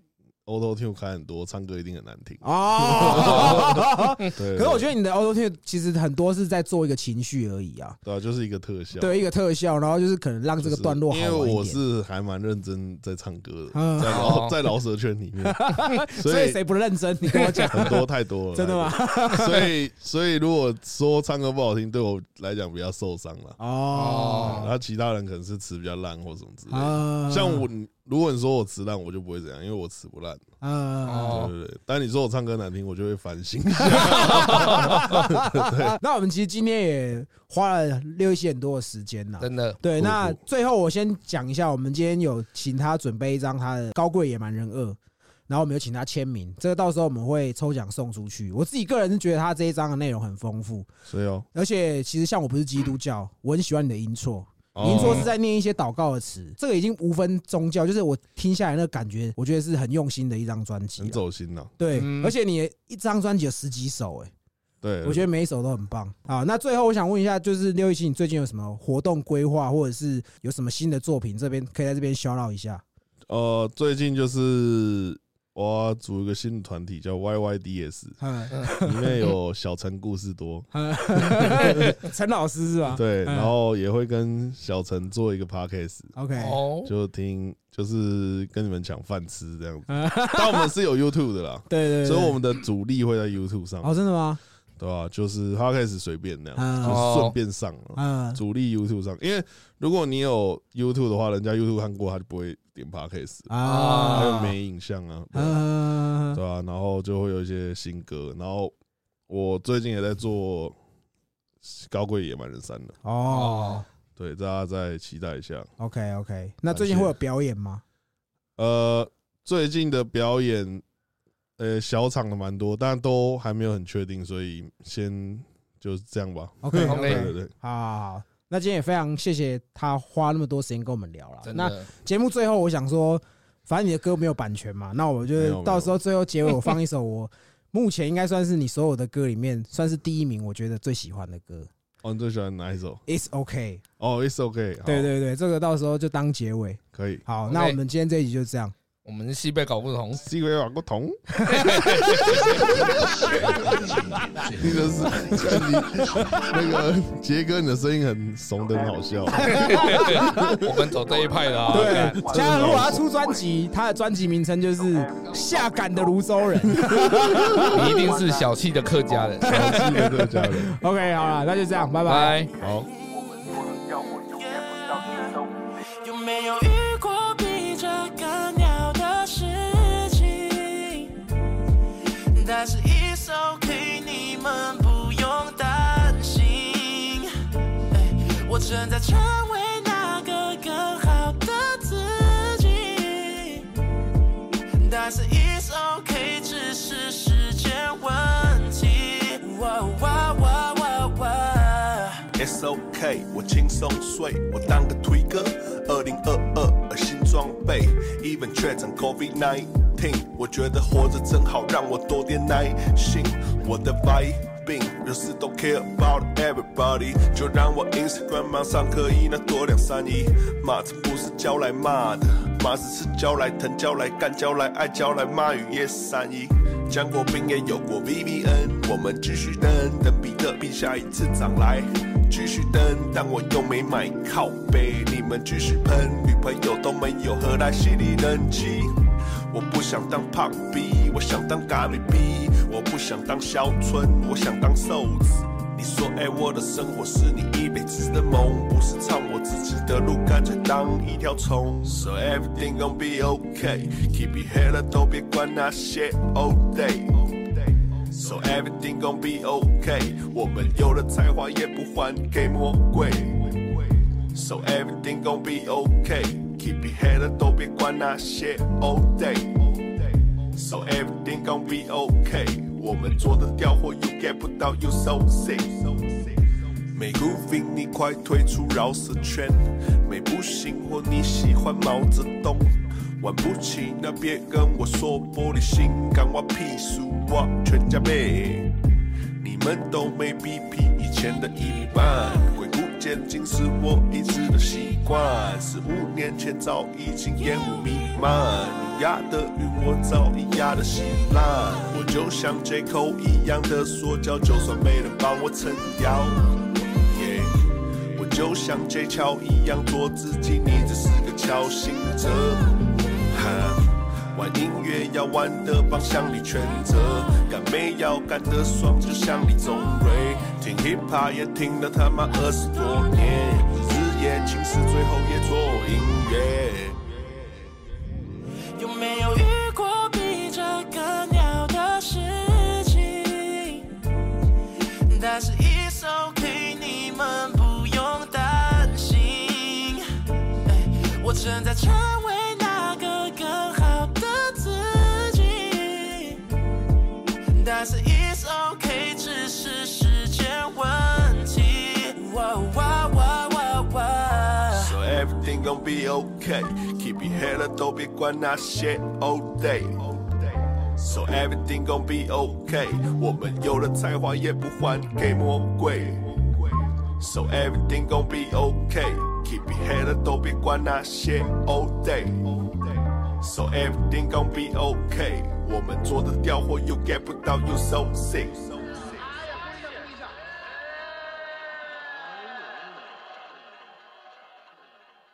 Auto Tune 开很多，唱歌一定很难听。 哦，对，可是我觉得得你的 auto tune 其实很多是在做一个情绪而已啊，对啊，就是一个特效。对一个特效，然后就是可能让这个段落好因为玩一我点。是还蛮认真在唱歌嗯的，在哦饶在饶舌圈 里面，所所以以谁不认真？你跟我 讲，很多太多 了，真的 吗？太多了？所以所以如果说唱歌不好听，对我来讲比较受伤了。然哦，后其他人可能是词比较烂或什么之类的。啊像我，你如果你说我词烂，我就不会怎样，因为我词不烂，啊，哦对对对。但你说我唱歌难听，我就会反省。 那我们其实今天也花了六一些很多的时间呐。真的，对，不那不最后我先讲一下，我们今天有请他准备一张他的《高贵野蛮人二》，然后我们有请他签名，这个到时候我们会抽奖送出去。我自己个人是觉得他这一张的内容很丰富，所以哦，而且其实像我不是基督教，我很喜欢你的音错，哦您说是在念一些祷告的词，这个已经无分宗教，就是我听下来那个感觉，我觉得是很用心的一张专辑很啊。走心呐。对，嗯而且你一张专辑有十几首，哎，对，我觉得得每一首都很棒啊。那最后我想问一下，就是六一七，你最近有什么活动规划，或者是有什么新的作品，这边可以在这边 shout out 一下呃，最近就是我组一个新的团体叫 YYDS，嗯？ 里面有小陈故事多， 陈老师是吧？对，嗯然后也会跟小陈做一个 podcast， ，OK，哦，就听就是跟你们抢饭吃这样子。 但我们是有 YouTube 的啦， 对对对，所以我们的主力会在 YouTube 上，哦，真的吗？对吧、就是 podcast 随便那样，嗯就是顺便上了。嗯，主力 YouTube 上，因为如果你有 YouTube 的话，人家 YouTube 看过，他就不会点 podcast，啊，还有没影像啊，对啊嗯，对啊，然后就会有一些新歌，然后我最近也在做《高贵野蛮人三》了。哦对，大家再期待一下。 ，OK OK，那最近会有表演吗？呃，最近的表演，呃，小场的蛮多，但都还没有很确定，所以先就是这样吧。 OK 对 OK 对对，好好好，那今天也非常谢谢他花那么多时间跟我们聊了。真那的，节目最后，我想说，反正你的歌没有版权嘛，那我没就有到时候最后结尾我放一首我 目前应该算是你所有的歌里面算是第一名，我觉得最喜欢的歌。哦，你最喜欢哪一首？ It's OK，哦，It's OK 好。对，对对，这个到时候就当结尾。可以。好， OK 那我们今天这一集就这样。我们西北搞不同， C 位网个同， 你的是 你那个杰哥，你的声音很怂的，很好笑。啊我们走这一派的啊。对， 啊现在如果他出专辑，他的专辑名称就是《下岗的泸 州人》。你一定是小气的客家人。好，记得这个家人。 OK，好了，那就这样，拜拜。拜。好。有没有遇过比这更鸟的事情？但是 it's OK，你们不用担心。哎我正在成为那个更好的自己，但是 it's OK。 It's OK，我轻松睡，我当个推哥。二零二二新装备，even 确诊 COVID nineteen，我觉得活着真好，让我多点耐性。我的 vibe。有时都 care about everybody，就让我 Instagram 忙上可以那多两三亿。骂这不是教来骂的，骂只是教来疼、教来干、教来爱、教来骂雨夜三一。将过兵也有过 VVN，我们继续等，等比特币下一次涨来。继续等，但我又没买靠背，你们继续喷，女朋友都没有，何来犀利人妻？我不想当胖逼，我想当咖喱逼，我不想当小春，我想当瘦子。你说，哎，我的生活是你一辈子的梦，不是唱我自己的路，干脆当一条虫。So everything gon' be okay, keep your head up，都别管那些 all day。So everything gon' be okay，我们有了才华也不还给魔鬼。So everything gon' be okay. Keep your head up, 都别管那些 all day. So everything gon' be okay. 我们做得掉或 you get 不到，you so sick. 每 grooving 你快退出饶舌圈，每不行或你喜欢毛泽东。玩不起那别跟我说玻璃心，干我屁事，我全家妹。你们都没比拼以前的一米半。鬼谷渐进是我一直的习惯，十五年前早已经烟雾弥漫，你压的韵我早已压得稀烂。我就像 J Cole 一样的说教，就算没人帮我撑腰。Yeah 我就像 J 乔一样做自己，你只是个敲行者。哈。玩音乐要玩的方向里全责，干没要干的爽，就像李宗瑞。听 hip hop 也听了他妈二十多年，日夜情思，最后也做音乐。有没有遇过比这更鸟的事情？但是 it's OK，你们不用担心。哎我正在成为那个更好的自己。但是 it's OK，只是时间问题。哇哇哇哇哇！ So everything gon' be okay. Keep your head up, 都别管那些 all day. So everything gon' be okay. 我们有了才华也不还给魔鬼。So everything gon' be okay. Keep your head up, 都别管那些 all day. So everything gon' be okay. 我们做得掉或 you get 不到，you so sick.